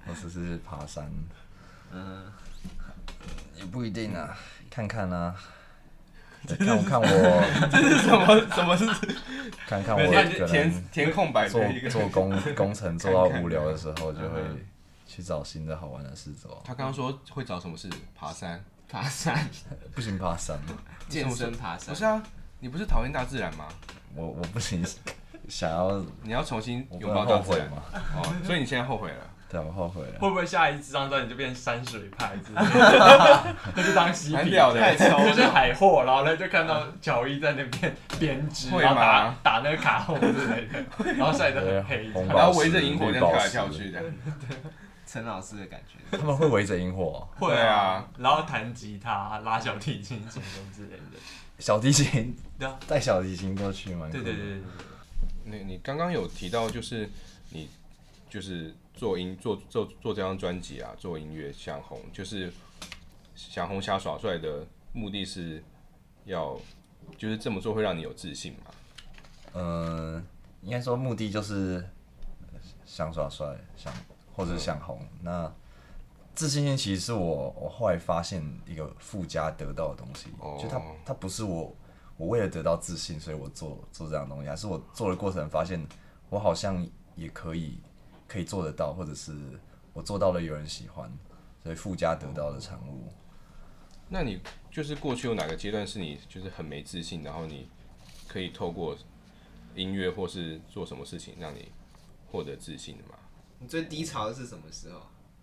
[SPEAKER 1] 或者是爬山，
[SPEAKER 3] 嗯，
[SPEAKER 1] 也不一定啊，看看啊， 对看我看我
[SPEAKER 4] 这是什么什么是？
[SPEAKER 1] 看看
[SPEAKER 4] 没有
[SPEAKER 1] 我
[SPEAKER 4] 填
[SPEAKER 1] 可能
[SPEAKER 4] 填填空白
[SPEAKER 1] 做
[SPEAKER 4] 的一 个。
[SPEAKER 1] 做工工程做到无聊的时候，就会
[SPEAKER 2] 嗯
[SPEAKER 1] 去找新的好玩的事做。
[SPEAKER 4] 他刚刚说会找什么事？爬山？
[SPEAKER 3] 爬山、
[SPEAKER 1] 不行爬山，
[SPEAKER 3] 健身、爬山
[SPEAKER 4] 不是，啊，你不是讨厌大自然吗？
[SPEAKER 1] 我我不行，想要
[SPEAKER 4] 你要重新
[SPEAKER 1] 我不
[SPEAKER 4] 拥抱
[SPEAKER 1] 能
[SPEAKER 4] 大
[SPEAKER 1] 后
[SPEAKER 4] 自
[SPEAKER 1] 悔
[SPEAKER 4] 然
[SPEAKER 1] 嘛？
[SPEAKER 4] 哦，所以你现在后悔 了。
[SPEAKER 1] 对，啊我后悔了。
[SPEAKER 2] 会不会下一次张专辑就变山水派之类的？那就当嬉
[SPEAKER 4] 蛮
[SPEAKER 2] 皮，
[SPEAKER 4] 屌的太
[SPEAKER 3] 抽了
[SPEAKER 2] 就是海货，然后呢就看到乔伊在那边 编织，
[SPEAKER 4] 会
[SPEAKER 2] 然后打
[SPEAKER 4] 吗
[SPEAKER 2] 打那个卡后之类的，然后晒得很黑。
[SPEAKER 1] 红
[SPEAKER 4] 然
[SPEAKER 1] 包
[SPEAKER 4] 后围着萤火这
[SPEAKER 1] 绿
[SPEAKER 4] 样跳
[SPEAKER 1] 宝
[SPEAKER 4] 来
[SPEAKER 1] 石
[SPEAKER 4] 跳去的，
[SPEAKER 3] 陈老师的感觉。
[SPEAKER 1] 他们会围着萤火，哦
[SPEAKER 2] 会
[SPEAKER 4] 对啊，
[SPEAKER 2] 然后弹吉他、拉小提琴什么什么之类的。
[SPEAKER 1] 小提琴
[SPEAKER 2] 对啊，
[SPEAKER 1] 带小提琴过去蛮酷
[SPEAKER 2] 对
[SPEAKER 1] 的
[SPEAKER 2] 对对对，对
[SPEAKER 4] 你你刚刚有提到，就是你就是做音做做做这张专辑啊，做音乐想红，就是想红想耍帅的目的是要，就是这么做会让你有自信嘛？
[SPEAKER 1] 嗯，应该说目的就是想耍帅，想或者想红。那自信心其实是我我后来发现一个附加得到的东西，
[SPEAKER 4] 哦
[SPEAKER 1] 就它它不是我我为了得到自信，所以我做做这样的东西，还是我做的过程发现我好像也可以可以做得到，或者是我做到了有人喜欢，所以附加得到的产物。
[SPEAKER 4] 那你就是过去有哪个阶段是你就是很没自信，然后你可以透过音乐或是做什么事情让你获得自信的吗？
[SPEAKER 3] 你最低潮是什么时候？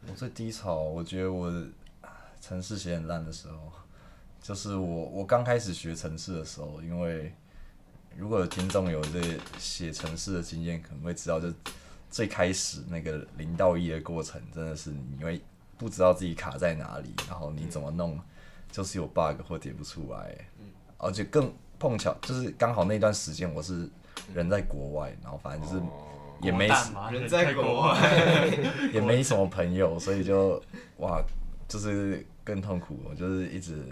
[SPEAKER 1] 我最低潮，我觉得我啊程式写很烂的时候，就是我我刚开始学程式的时候，因为如果有听众有这写程式的经验，可能会知道，就最开始那个零到一的过程，真的是你会不知道自己卡在哪里，然后你怎么弄，就是有 bug 或解不出来，而且更碰巧就是刚好那段时间我是人在国外，然后反正就是也没
[SPEAKER 2] 国蛋嘛
[SPEAKER 3] 人在国外，
[SPEAKER 1] 也没什么朋友，所以就哇，就是更痛苦。我就是一直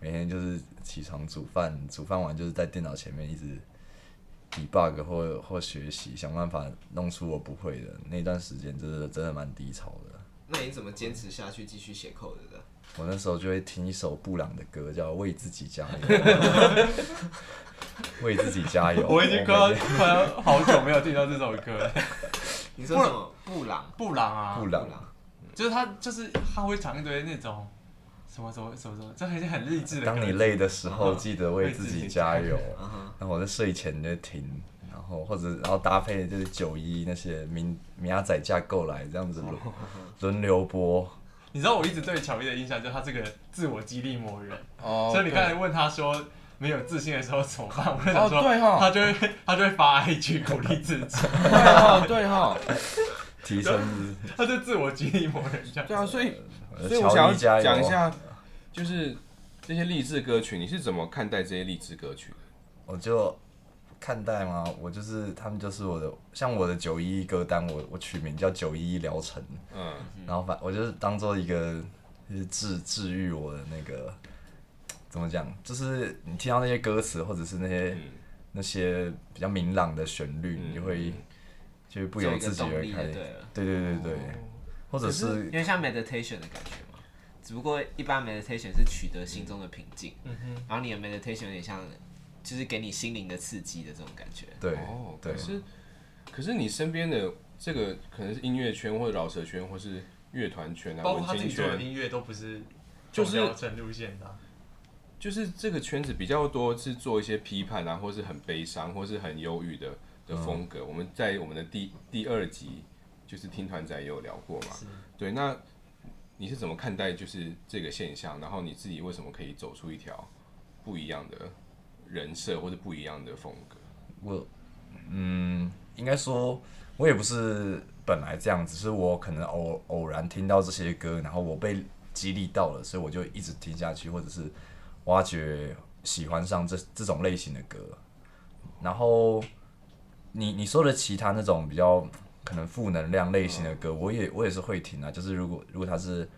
[SPEAKER 1] 每天就是起床煮饭，煮饭完就是在电脑前面一直 debug 或或学习，想办法弄出我不会的。那段时间真的真的蛮低潮的。
[SPEAKER 3] 那你怎么坚持下去继续写 code 的？
[SPEAKER 1] 我那时候就会听一首布朗的歌，叫《为自己加油》， 为自己加油。
[SPEAKER 2] 我已经快要
[SPEAKER 1] 们
[SPEAKER 2] 快要好久没有听到这首歌了。
[SPEAKER 3] 你说什么？布朗，
[SPEAKER 2] 布朗啊，
[SPEAKER 1] 布
[SPEAKER 3] 布朗
[SPEAKER 1] 朗，
[SPEAKER 2] 就是他，就是他会唱一堆那种什么什么什么什么，这还是很励志的歌。
[SPEAKER 1] 当你累的时
[SPEAKER 4] 嗯
[SPEAKER 1] 候，记得为自己加油。
[SPEAKER 3] 嗯哼，
[SPEAKER 1] 然后我在睡前就听，然后或者然后搭配就是九一那些明明仔载架构来这样子
[SPEAKER 4] 哦
[SPEAKER 1] 轮轮流播。
[SPEAKER 2] 你知道我一直对乔伊的印象就是他这个自我激励魔人，
[SPEAKER 4] 哦
[SPEAKER 2] 所以你刚才问他说没有自信的时候怎么办，我就想
[SPEAKER 4] 哦
[SPEAKER 2] 说、
[SPEAKER 4] 对哈
[SPEAKER 2] 他就会他就会发 IG 鼓励自 己，
[SPEAKER 4] 对哈对哈，
[SPEAKER 1] 提升
[SPEAKER 2] 他就自我激励魔人这样。
[SPEAKER 4] 对啊，所以
[SPEAKER 1] 呃
[SPEAKER 4] 所以我
[SPEAKER 1] 乔
[SPEAKER 4] 想
[SPEAKER 1] 伊加
[SPEAKER 4] 要
[SPEAKER 1] 油
[SPEAKER 4] 讲一下，就是这些励志歌曲，你是怎么看待这些励志歌曲的？
[SPEAKER 1] 我就看待吗？我就是他们就是我的，像我的九一一歌单，我我取名叫九一一疗程，
[SPEAKER 4] 嗯，
[SPEAKER 1] 然后反我就是当做一个就是治治愈我的那个怎么讲，就是你听到那些歌词或者是那些、
[SPEAKER 4] 嗯
[SPEAKER 1] 那些比较明朗的旋律，
[SPEAKER 4] 嗯
[SPEAKER 1] 你就会就不
[SPEAKER 3] 有
[SPEAKER 1] 由
[SPEAKER 3] 一个
[SPEAKER 1] 自己
[SPEAKER 3] 动
[SPEAKER 1] 会
[SPEAKER 3] 力
[SPEAKER 1] 开始，
[SPEAKER 3] 的，对了，
[SPEAKER 1] 对对对对，或者
[SPEAKER 3] 有
[SPEAKER 1] 是
[SPEAKER 3] 点像 meditation 的感觉嘛。只不过一般 meditation 是取得心中的平静，
[SPEAKER 2] 嗯哼，
[SPEAKER 3] 然后你的 meditation 有点像，就是给你心灵的刺激的这种感觉。
[SPEAKER 1] 对
[SPEAKER 4] 哦，
[SPEAKER 1] 对
[SPEAKER 4] 可是可是你身边的这个可能是音乐圈或者饶舌圈或是乐团圈啊，
[SPEAKER 2] 包括
[SPEAKER 4] 文
[SPEAKER 2] 他自
[SPEAKER 4] 青
[SPEAKER 2] 己做的
[SPEAKER 4] 圈，
[SPEAKER 2] 音乐都不是
[SPEAKER 4] 就是
[SPEAKER 2] 走疗程路线的啊、
[SPEAKER 4] 就是这个圈子比较多是做一些批判啊，或是很悲伤或是很忧郁的的风格。我们在我们的第第二集就是听团仔也有聊过嘛，
[SPEAKER 2] 是
[SPEAKER 4] 对，那你是怎么看待就是这个现象？然后你自己为什么可以走出一条不一样的人设或者不一样的风格？
[SPEAKER 1] 我，嗯，应该说，我也不是本来这样，只是我可能偶偶然听到这些歌，然后我被激励到了，所以我就一直听下去，或者是挖掘喜欢上这这种类型的歌。然后你你说的其他那种比较可能负能量类型的歌，我也我也是会听啊，就是如果如果它是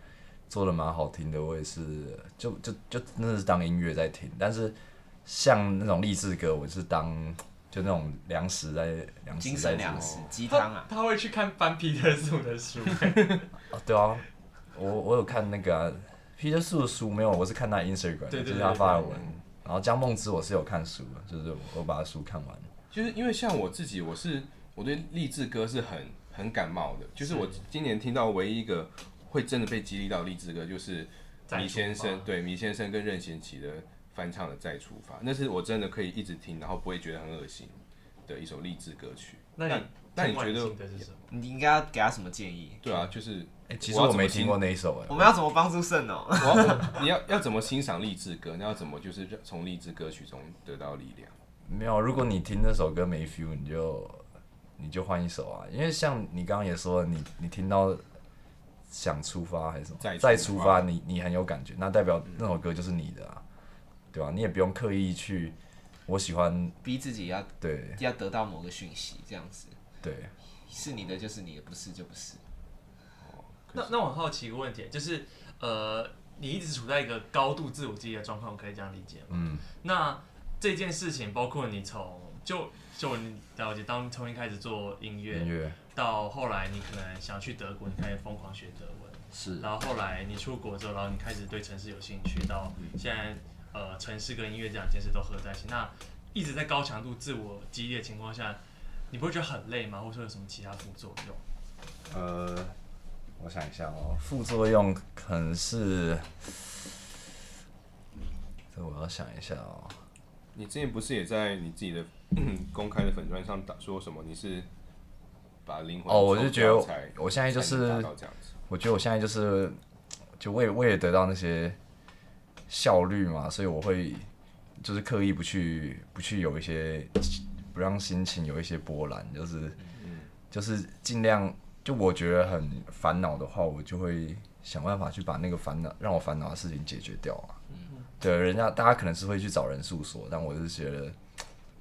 [SPEAKER 1] 做的蛮好听的，我也是就就就真的是当音乐在听，但是。像那种励志歌，我是当就那种粮食在粮食
[SPEAKER 3] 精
[SPEAKER 1] 在
[SPEAKER 3] 神
[SPEAKER 1] 吃
[SPEAKER 3] 粮食鸡汤
[SPEAKER 2] 他
[SPEAKER 3] 啊，
[SPEAKER 2] 他会去看翻皮特树的 书，
[SPEAKER 1] 哦，对啊，我我有看那个、啊、Peter Su 的书没有，我是看他 Instagram，
[SPEAKER 2] 对对对
[SPEAKER 1] 就是他发的文。然后江梦之我是有看书的，就是我把他书看完。
[SPEAKER 4] 就是因为像我自己，我是我对励志歌是很很感冒的。就是我今年听到唯一一个会真的被激励到励志歌，就是
[SPEAKER 2] 再
[SPEAKER 4] 米
[SPEAKER 2] 出
[SPEAKER 4] 先生
[SPEAKER 2] 发
[SPEAKER 4] 对米先生跟任贤齐的翻唱的《再出发》，那是我真的可以一直听，然后不会觉得很恶心的一首励志歌曲。
[SPEAKER 2] 那你
[SPEAKER 4] 那你
[SPEAKER 2] 听完
[SPEAKER 4] 觉得
[SPEAKER 2] 听的是什么？
[SPEAKER 3] 你应该要给他什么建议？
[SPEAKER 4] 对啊，就是
[SPEAKER 1] 哎、其实
[SPEAKER 4] 我要
[SPEAKER 1] 我
[SPEAKER 4] 怎么
[SPEAKER 1] 没听
[SPEAKER 4] 欣
[SPEAKER 1] 过那一首哎、
[SPEAKER 3] 我们要怎么帮助圣 哦？
[SPEAKER 4] 我要你要要怎么欣赏励志歌？你要怎么就是让从励志歌曲中得到力量？
[SPEAKER 1] 没有，如果你听那首歌没 feel，你就你就换一首啊，因为像你刚刚也说，你你听到想出发还是什么，
[SPEAKER 4] 再出
[SPEAKER 1] 出
[SPEAKER 4] 发
[SPEAKER 1] 发，你你很有感觉，那代表那首歌就是你的啊，对吧、你也不用刻意去，我喜欢，
[SPEAKER 3] 逼自己要
[SPEAKER 1] 对
[SPEAKER 3] 要得到某个讯息，这样子
[SPEAKER 1] 对，
[SPEAKER 3] 是你的就是你的，不是就不是。
[SPEAKER 2] 那那我很好奇一个问题，就是呃，你一直处在一个高度自我激励的状况，我可以这样理解吗？
[SPEAKER 1] 嗯，
[SPEAKER 2] 那这件事情，包括你从就就你了解，当从一开始做音乐，
[SPEAKER 1] 音乐
[SPEAKER 2] 到后来你可能想去德国，你开始疯狂学德文，
[SPEAKER 1] 是
[SPEAKER 2] 然后后来你出国之后，然后你开始对城市有兴趣，到现在呃，城市跟音乐这两件事都合在一起。那一直在高强度自我激励的情况下，你不会觉得很累吗？或者说有什么其他副作用？
[SPEAKER 1] 呃，我想一下哦，副作用可能是，这我要想一下哦。
[SPEAKER 4] 你之前不是也在你自己的 公开的粉砖上打说什么？你是把灵魂
[SPEAKER 1] 哦，我就
[SPEAKER 4] 抽
[SPEAKER 1] 觉
[SPEAKER 4] 掉
[SPEAKER 1] 得
[SPEAKER 4] 才
[SPEAKER 1] 我现在就
[SPEAKER 4] 才能
[SPEAKER 1] 是
[SPEAKER 4] 达到这样子。
[SPEAKER 1] 我觉得我现在就是，就为为了得到那些效率嘛，所以我会就是刻意不去不去有一些不让心情有一些波澜，就是就是尽量就我觉得很烦恼的话，我就会想办法去把那个烦恼让我烦恼的事情解决掉啊。对，人家大家可能是会去找人诉说，但我是觉得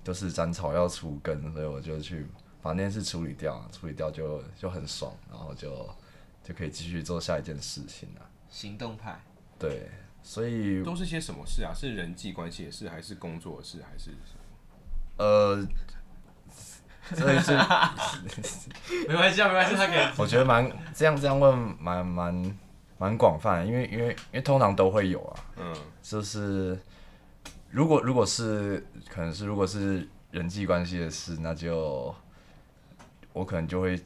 [SPEAKER 1] 就是斩草要除根，所以我就去把那件事处理掉啊，处理掉就就很爽，然后就就可以继续做下一件事情啊。
[SPEAKER 3] 行动派，
[SPEAKER 1] 对，所以
[SPEAKER 4] 都是些什么事啊？是人际关系的事，还是工作的事，还是什么
[SPEAKER 1] 呃，所以是
[SPEAKER 2] 没关系啊，没关系，他可以。
[SPEAKER 1] 我觉得蛮这样这样问蛮蛮蛮广泛的，因为因为因为通常都会有啊，
[SPEAKER 4] 嗯，
[SPEAKER 1] 就是如果如果是可能是如果是人际关系的事，那就我可能就会，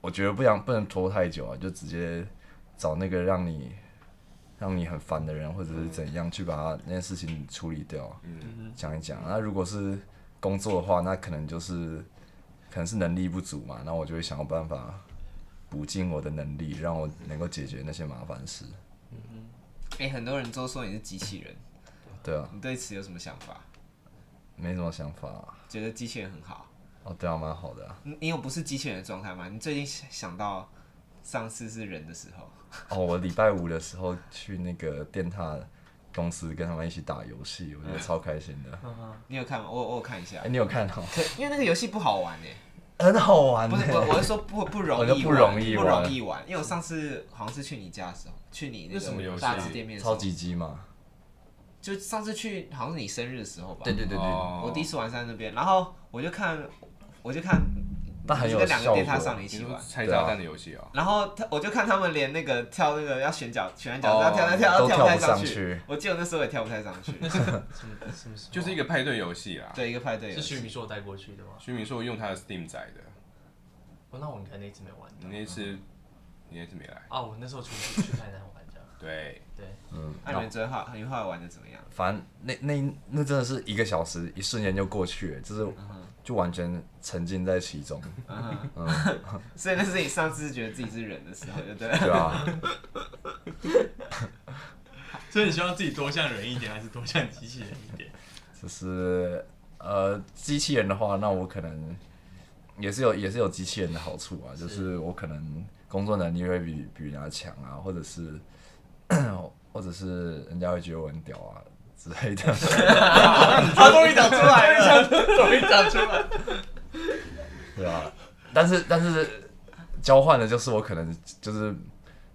[SPEAKER 1] 我觉得不想不能拖太久啊，就直接找那个让你让你很烦的人，或者是怎样去把他那件事情处理掉，嗯，讲一讲。那如果是工作的话，那可能就是可能是能力不足嘛，那我就会想要办法补进我的能力，让我能够解决那些麻烦事。
[SPEAKER 3] 哎、很多人都说你是机器人，
[SPEAKER 1] 对啊，
[SPEAKER 3] 你对此有什么想法？
[SPEAKER 1] 没什么想法啊、
[SPEAKER 3] 觉得机器人很好？
[SPEAKER 1] 哦，对啊，蛮好的、啊。
[SPEAKER 3] 你你有不是机器人的状态吗？你最近想想到上次是人的时候，
[SPEAKER 1] 哦，我礼拜五的时候去那个电塔公司跟他们一起打游戏，我觉得超开心 的。
[SPEAKER 3] 你有看吗？我我有看一下
[SPEAKER 1] 哎、，你有看哦？
[SPEAKER 3] 可因为那个游戏不好玩哎、
[SPEAKER 1] 很好玩
[SPEAKER 3] 不
[SPEAKER 1] 呢、
[SPEAKER 3] 是我我是说不不容
[SPEAKER 1] 我
[SPEAKER 3] 易
[SPEAKER 1] 就
[SPEAKER 3] 玩，
[SPEAKER 1] 不容易
[SPEAKER 3] 不
[SPEAKER 1] 玩
[SPEAKER 3] 容易玩，因为我上次好像是去你家的时候，去你那
[SPEAKER 4] 那什么游
[SPEAKER 3] 个
[SPEAKER 4] 戏
[SPEAKER 3] 大直店面的 时
[SPEAKER 1] 超
[SPEAKER 3] 候，
[SPEAKER 1] 级鸡嘛？
[SPEAKER 3] 就上次去好像是你生日的时候吧，
[SPEAKER 1] 对对
[SPEAKER 4] 哦
[SPEAKER 3] 我第一次玩在那边，然后我就看我就看，
[SPEAKER 1] 但很有
[SPEAKER 3] 你跟两个电
[SPEAKER 1] 效
[SPEAKER 3] 塔
[SPEAKER 1] 果
[SPEAKER 3] 上的一
[SPEAKER 4] 你
[SPEAKER 3] 起
[SPEAKER 4] 说
[SPEAKER 3] 玩。
[SPEAKER 4] 拆炸弹的游戏哦，
[SPEAKER 3] 然后他，我就看他们连那个跳那个要选角，选完角
[SPEAKER 4] 哦
[SPEAKER 3] 要跳跳跳
[SPEAKER 1] 都
[SPEAKER 3] 不
[SPEAKER 1] 跳
[SPEAKER 3] 太
[SPEAKER 1] 不上
[SPEAKER 3] 去
[SPEAKER 1] 去。
[SPEAKER 3] 我记得我那时候也跳不太上去。
[SPEAKER 2] 什么什么？
[SPEAKER 4] 就是一个派对游戏 啦。
[SPEAKER 3] 对，一个派对游
[SPEAKER 2] 是
[SPEAKER 3] 戏
[SPEAKER 2] 徐明硕带过去的吗？
[SPEAKER 4] 徐敏硕用他的 Steam 载的，
[SPEAKER 2] 哦，那我应该那一次没玩
[SPEAKER 4] 你
[SPEAKER 2] 到。
[SPEAKER 4] 那次你那次没来，
[SPEAKER 2] 啊，我那时候出去去台南玩这样。
[SPEAKER 4] 对，
[SPEAKER 2] 对，
[SPEAKER 1] 嗯，
[SPEAKER 3] 那你们昨天好，你们后来玩的怎么样？
[SPEAKER 1] 反正那那那真的是一个小时，一瞬间就过去了，就是
[SPEAKER 3] 嗯
[SPEAKER 1] 就完全沉浸在其中，
[SPEAKER 3] 所以那是你上次觉得自己是人的时候，对不对？
[SPEAKER 1] 对啊，
[SPEAKER 2] 所以你希望自己多像人一点，还是多像机器人一点？
[SPEAKER 1] 就是呃，机器人的话，那我可能也是有也是有机器人的好处啊，就是我可能工作能力会比比人家强啊，或者是或者是人家会觉得我很屌啊之类的。
[SPEAKER 3] 他终于讲出来了，
[SPEAKER 2] 终于讲出来。
[SPEAKER 1] 对啊，但是但是交换的就是我可能就是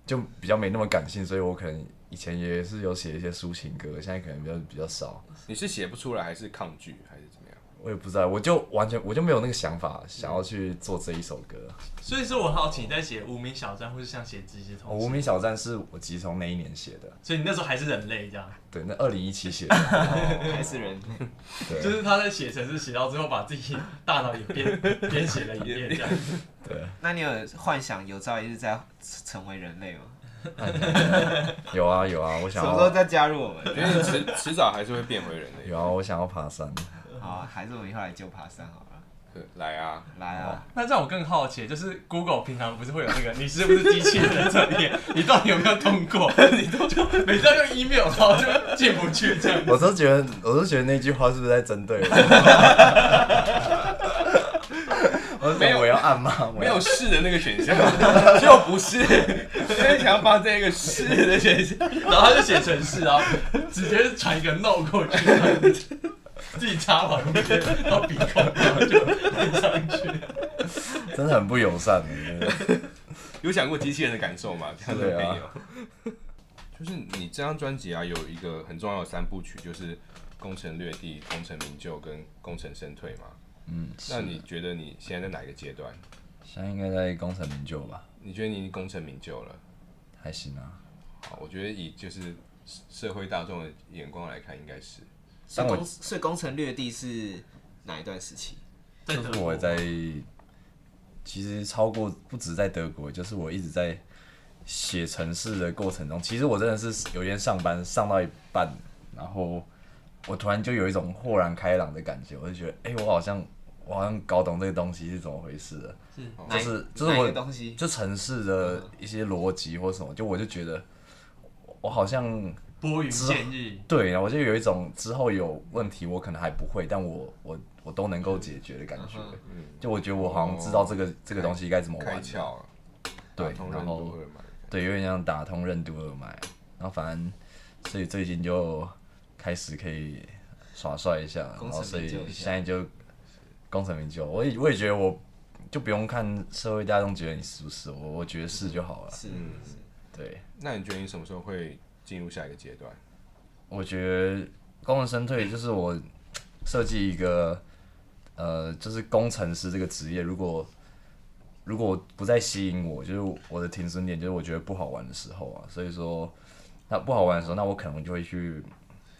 [SPEAKER 1] 就比较没那么感性，所以我可能以前也是有写一些抒情歌，现在可能比较比较少。
[SPEAKER 4] 你是写不出来还是抗拒还是怎么样？
[SPEAKER 1] 我也不知道，我就完全我就没有那个想法，想要去做这一首歌。
[SPEAKER 2] 所以说我好奇你在写无名小站，或是像写即时
[SPEAKER 1] 我
[SPEAKER 2] 通
[SPEAKER 1] 哦无
[SPEAKER 2] 信，
[SPEAKER 1] 名小站是我吉从那一年写的，
[SPEAKER 2] 所以你那时候还是人类这样，
[SPEAKER 1] 对，那二零一七写的，
[SPEAKER 3] 还是人。
[SPEAKER 1] 对
[SPEAKER 2] 就是他在写程式写到之后，把自己大脑也编编写了一遍 这样。
[SPEAKER 1] 对，
[SPEAKER 3] 那你有幻想有朝一日再成为人类吗？
[SPEAKER 1] 有啊有啊，我
[SPEAKER 3] 什
[SPEAKER 4] 哦
[SPEAKER 1] 想
[SPEAKER 3] 么时候
[SPEAKER 1] 要
[SPEAKER 3] 再加入我们？
[SPEAKER 4] 因为你迟迟早还是会变回人类。
[SPEAKER 1] 有啊，我想要爬山，
[SPEAKER 3] 好啊，还是我们以后来就爬山好了。
[SPEAKER 4] 对来啊，
[SPEAKER 3] 来啊，
[SPEAKER 2] 那让我更好奇，就是 Google 平常不是会有那个你是不是机器人测验，你到底有没有通 过？你都就每次要用 email，然后就进不去这样。
[SPEAKER 1] 我都觉得我都觉得那句话是不是在针对我？ 我没有，我要暗骂，我
[SPEAKER 4] 没
[SPEAKER 1] 要
[SPEAKER 4] 有是的那个选项，就不是。所以想要放这个是的选项，
[SPEAKER 2] 然后他就写程式，然后直接传一个 no 过去，然后自己插完那边，然后鼻孔然后就按上去。
[SPEAKER 1] 真的很不友善，真的
[SPEAKER 4] 有想过机器人的感受吗？这样都没
[SPEAKER 1] 对啊
[SPEAKER 4] 有。就是你这张专辑啊，有一个很重要的三部曲，就是《功成略地》《功成名就》跟《功成身退》嘛。
[SPEAKER 1] 嗯，
[SPEAKER 4] 那你觉得你现在在哪一个阶段？
[SPEAKER 1] 现在应该在功成名就吧，
[SPEAKER 4] 你觉得你已经功成名就了？
[SPEAKER 1] 还行啊。
[SPEAKER 4] 好，我觉得以就是社会大众的眼光来看，应该是
[SPEAKER 3] 所
[SPEAKER 1] 但
[SPEAKER 3] 以
[SPEAKER 1] 我
[SPEAKER 3] 工所以攻城略地是哪一段时期？
[SPEAKER 2] 对
[SPEAKER 1] 就是我在，其实超过不止在德国，就是我一直在写城市的过程中，其实我真的是有一天上班上到一半，然后我突然就有一种豁然开朗的感觉，我就觉得，哎、我好像我好像搞懂这个东西是怎么回事了，
[SPEAKER 3] 哪一
[SPEAKER 1] 就是就是
[SPEAKER 3] 哪一
[SPEAKER 1] 我
[SPEAKER 3] 个东西？
[SPEAKER 1] 就城市的一些逻辑或什么，就我就觉得我我好像
[SPEAKER 2] 拨云见日，
[SPEAKER 1] 对，然后我就有一种之后有问题我可能还不会，但我我我都能够解决的感
[SPEAKER 4] 嗯
[SPEAKER 1] 觉。就我觉得我好像知道这个、这个东西该怎么
[SPEAKER 4] 哦开
[SPEAKER 1] 玩，
[SPEAKER 4] 窍了，啊
[SPEAKER 1] 对
[SPEAKER 4] 打通，任
[SPEAKER 1] 然
[SPEAKER 4] 督
[SPEAKER 1] 后
[SPEAKER 4] 二脉。
[SPEAKER 1] 对，有点像打通任督二脉，然后反正所以最近就开始可以耍帅一下，然
[SPEAKER 3] 功
[SPEAKER 1] 后
[SPEAKER 3] 成
[SPEAKER 1] 所以
[SPEAKER 3] 名就一下
[SPEAKER 1] 现在就功成名就。我也我也觉得我就不用看社会大众觉得你是不是，我我觉得是就好了。
[SPEAKER 3] 是
[SPEAKER 4] 嗯
[SPEAKER 3] 是
[SPEAKER 1] 对，
[SPEAKER 4] 那你觉得你什么时候会进入下一个阶段？
[SPEAKER 1] 我觉得功能身退就是我设计一个呃，就是工程师这个职业，如果如果不再吸引我，就是我的停损点就是我觉得不好玩的时候啊，所以说那不好玩的时候，那我可能就会去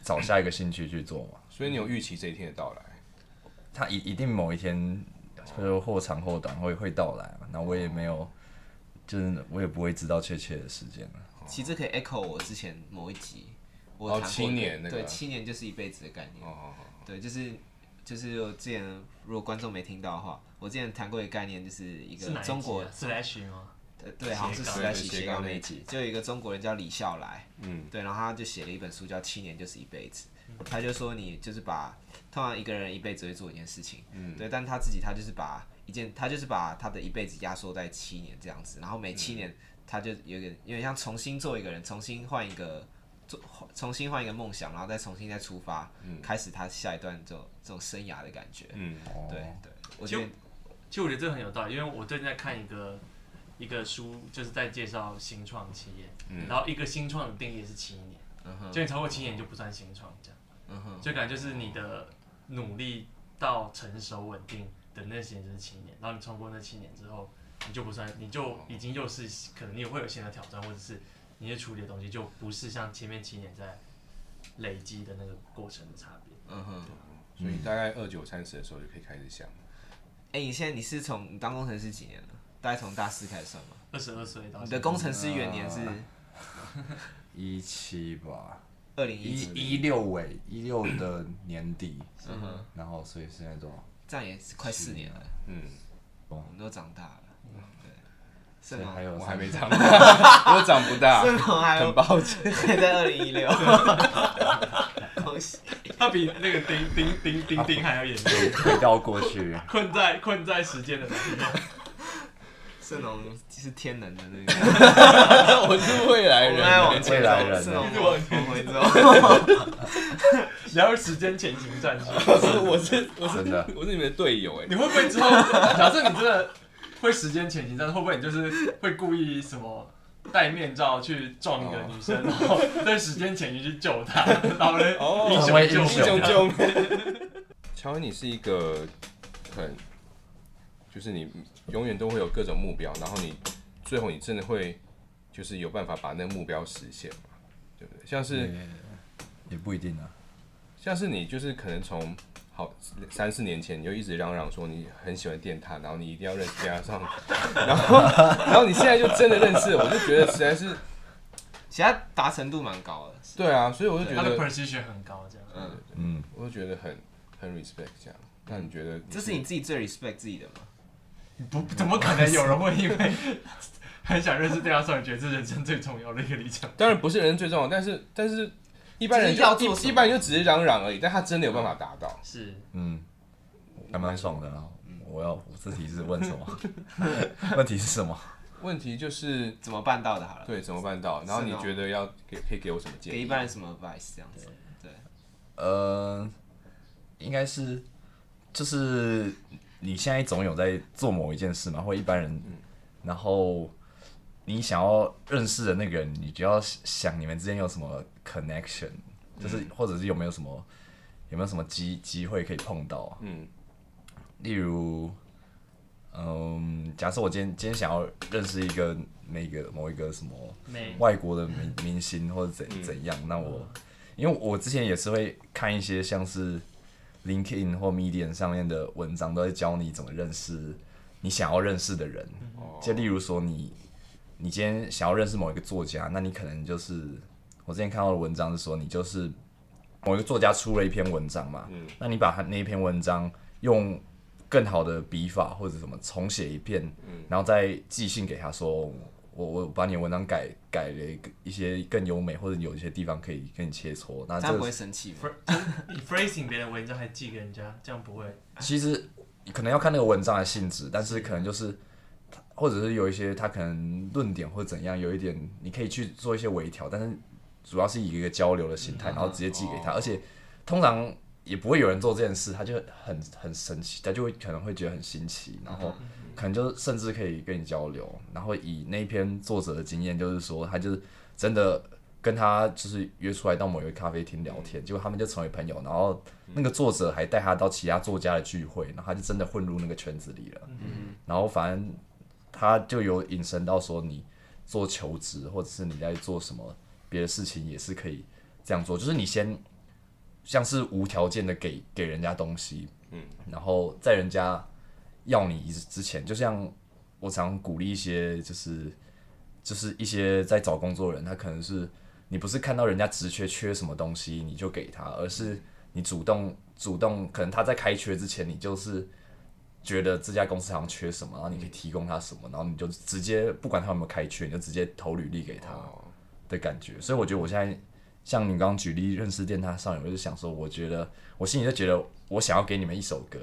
[SPEAKER 1] 找下一个兴趣去做嘛。
[SPEAKER 4] 所以你有预期这一天的到来，
[SPEAKER 1] 它一一定某一天就是或长或短会会到来啊嘛，那我也没有，就是我也不会知道确切的时间啊了。
[SPEAKER 3] 其实这可以 echo 我之前某一集，我
[SPEAKER 4] 哦
[SPEAKER 3] 谈过
[SPEAKER 4] 七年那个
[SPEAKER 3] 对，七年就是一辈子的概念。
[SPEAKER 4] 哦
[SPEAKER 3] 对，就是就是我之前如果观众没听到的话，我之前谈过一个概念，就是一个
[SPEAKER 2] 是哪一集啊
[SPEAKER 3] 中国，
[SPEAKER 2] slash 吗？
[SPEAKER 3] 呃对，好像是
[SPEAKER 2] 斜杠
[SPEAKER 3] 时代
[SPEAKER 4] 对
[SPEAKER 3] 喜
[SPEAKER 4] 斜
[SPEAKER 3] 斜
[SPEAKER 4] 杠
[SPEAKER 3] 杠
[SPEAKER 4] 那
[SPEAKER 3] 那
[SPEAKER 4] 一
[SPEAKER 3] 一集，就有一个中国人叫李笑来，
[SPEAKER 4] 嗯，
[SPEAKER 3] 对，然后他就写了一本书叫《七年就是一辈子》，他就说你就是把通常一个人一辈子会做一件事情，嗯，对，但他自己他就是把一件他就是把他的一辈子压缩在七年这样子，然后每七年他就有点有点像重新做一个人，重新换一个做重新换一个梦想，然后再重新再出发，开始他下一段这种这种生涯的感觉，
[SPEAKER 4] 嗯，
[SPEAKER 3] 对对，我觉得
[SPEAKER 2] 其实我觉得这个很有道理，因为我最近在看一个一个书，就是在介绍新创企业，然后一个新创的定义是七年，
[SPEAKER 3] 嗯哼
[SPEAKER 2] 就你超过七年就不算新创，这样，
[SPEAKER 3] 嗯哼
[SPEAKER 2] 就感觉就是你的努力到成熟稳定的那时间就是七年，然后你超过那七年之后，你就不算，你就已经又是可能你也会有新的挑战，或者是你的处理的东西就不是像前面七年在累积的那个过程的差别。
[SPEAKER 3] 嗯哼。
[SPEAKER 4] 所以大概二九三十的时候就可以开始想，
[SPEAKER 3] 哎、你现在你是从你当工程师几年了？大概从大四开始算吗？
[SPEAKER 2] 二十二岁到
[SPEAKER 3] 你
[SPEAKER 2] 现
[SPEAKER 3] 的
[SPEAKER 2] 在
[SPEAKER 3] 工程师元年是
[SPEAKER 1] 一七吧，
[SPEAKER 3] 二零一
[SPEAKER 1] 一
[SPEAKER 3] 几
[SPEAKER 1] 一六尾一六的年底，
[SPEAKER 3] 嗯哼，
[SPEAKER 1] 然后所以现在多少？
[SPEAKER 3] 这样也是快四年了，
[SPEAKER 4] 嗯，
[SPEAKER 3] 我们都长大了，对，
[SPEAKER 1] 所
[SPEAKER 3] 盛
[SPEAKER 1] 以
[SPEAKER 3] 龙
[SPEAKER 1] 还有
[SPEAKER 4] 我
[SPEAKER 1] 三
[SPEAKER 4] 还 没长大， 我长不大，
[SPEAKER 3] 盛龙还有
[SPEAKER 4] 很抱歉，
[SPEAKER 3] 还在二零一六，恭喜！
[SPEAKER 2] 他比那个丁丁丁丁丁还要严重。
[SPEAKER 1] 回到过去。
[SPEAKER 2] 困在困在时间的里面。
[SPEAKER 3] 盛龙是天能的那个，
[SPEAKER 4] 我是未来
[SPEAKER 3] 我们来往
[SPEAKER 4] 人，
[SPEAKER 3] 前
[SPEAKER 1] 未来人
[SPEAKER 3] 走，盛
[SPEAKER 2] 一
[SPEAKER 3] 龙
[SPEAKER 2] 直往
[SPEAKER 3] 往回走，
[SPEAKER 2] 然后时间前行战术，
[SPEAKER 4] 我是我是我
[SPEAKER 1] 真的
[SPEAKER 4] 是我是你们的队友哎
[SPEAKER 2] 你，会不会之后， 假设你真的会时间前行战术，会不会你就是会故意什么戴面罩去撞一个女生，然后在时间前行去救她， 然后呢
[SPEAKER 4] 哦
[SPEAKER 2] 英
[SPEAKER 1] 成为
[SPEAKER 2] 雄
[SPEAKER 1] 英
[SPEAKER 2] 救
[SPEAKER 4] 英雄
[SPEAKER 2] 美
[SPEAKER 4] 救命！乔恩，你是一个很，就是你永远都会有各种目标，然后你最后你真的会就是有办法把那个目标实现嘛，对不对？像是、
[SPEAKER 1] 也也不一定啊。
[SPEAKER 4] 像是你就是可能从好三四年前你就一直嚷嚷说你很喜欢电塔，然后你一定要认识电塔上， 然后然后你现在就真的认识了，我就觉得实在是
[SPEAKER 3] 其实他达成度蛮高的，
[SPEAKER 4] 对啊，所以我就觉
[SPEAKER 2] 他的
[SPEAKER 4] 得
[SPEAKER 2] precision 很高，这样。
[SPEAKER 3] 嗯，
[SPEAKER 1] 嗯，
[SPEAKER 4] 我就觉得很很 respect 这样。那你觉得你
[SPEAKER 3] 这是你自己最 respect 自己的吗？
[SPEAKER 2] 不，怎么可能有人会因为很想认识对象上，觉得这是人生最重要的一个理想？
[SPEAKER 4] 当然不是人最重要，但是但是一般人
[SPEAKER 3] 就是
[SPEAKER 4] 就
[SPEAKER 3] 要做什
[SPEAKER 4] 一
[SPEAKER 3] 么
[SPEAKER 4] 一般人就只是嚷嚷而已，但他真的有办法达到。
[SPEAKER 2] 是
[SPEAKER 1] 嗯，还蛮爽的啊。
[SPEAKER 4] 嗯
[SPEAKER 1] 我要我这题是问什么？ 问题是什么？
[SPEAKER 4] 问题就是
[SPEAKER 3] 怎么办到的？好了，
[SPEAKER 4] 对怎么办到？然后
[SPEAKER 3] 是
[SPEAKER 4] 你
[SPEAKER 3] 哦
[SPEAKER 4] 觉得要给可以给我什么建
[SPEAKER 3] 给一
[SPEAKER 4] 议？
[SPEAKER 3] 般人什么 advice 这样子？对，
[SPEAKER 1] 呃，应该是就是你现在总有在做某一件事嘛，或一般人，然后你想要认识的那个人，你就要想你们之间有什么 connection，就是、或者是有没有什么有没有什么机机会可以碰到啊？
[SPEAKER 4] 嗯
[SPEAKER 1] 例如，嗯，假设我今天今天想要认识一个那个某一个什么
[SPEAKER 2] 美
[SPEAKER 1] 外国的明明星或者怎怎样，那我因为我之前也是会看一些像是 LinkedIn 或 Medium 上面的文章，都会教你怎么认识你想要认识的人。
[SPEAKER 4] 哦
[SPEAKER 1] 就例如说你，你今天想要认识某一个作家，那你可能就是我之前看到的文章是说，你就是某一个作家出了一篇文章嘛，
[SPEAKER 4] 嗯
[SPEAKER 1] 那你把他那一篇文章用更好的笔法或者什么重写一遍，然后再寄信给他说，我我把你的文章改改了一个一些更优美，或者有一些地方可以跟你切磋。那
[SPEAKER 3] 这
[SPEAKER 1] 啊
[SPEAKER 3] 样
[SPEAKER 1] 这
[SPEAKER 3] 不
[SPEAKER 1] 个
[SPEAKER 3] 会生气 吗？
[SPEAKER 2] 你 phrasing 别人文章还寄给人家，这样不会
[SPEAKER 1] 其实可能要看那个文章的性质，但是可能就是。或者是有一些他可能论点或者怎样，有一点你可以去做一些微调，但是主要是以一个交流的形态，然后直接寄给他，而且通常也不会有人做这件事，他就很很神奇，他就会可能会觉得很新奇，然后可能就甚至可以跟你交流，然后以那一篇作者的经验，就是说他就是真的跟他就是约出来到某一个咖啡厅聊天，结果他们就成为朋友，然后那个作者还带他到其他作家的聚会，然后他就真的混入那个圈子里了。嗯，然后反正他就有引申到说，你做求职或者是你在做什么别的事情也是可以这样做，就是你先像是无条件的给给人家东西，嗯，然后在人家要你之前，就像我常鼓励一些就是就是一些在找工作的人，他可能是你不是看到人家职缺缺什么东西你就给他，而是你主动主动，可能他在开缺之前，你就是觉得这家公司好像缺什么，然后你可以提供他什么，然后你就直接不管他有没有开缺，你就直接投履历给
[SPEAKER 4] 哦
[SPEAKER 1] 他的感觉。所以我觉得我现在像你刚刚举例认识电台上人，我就想说，我觉得我心里就觉得我想要给你们一首歌，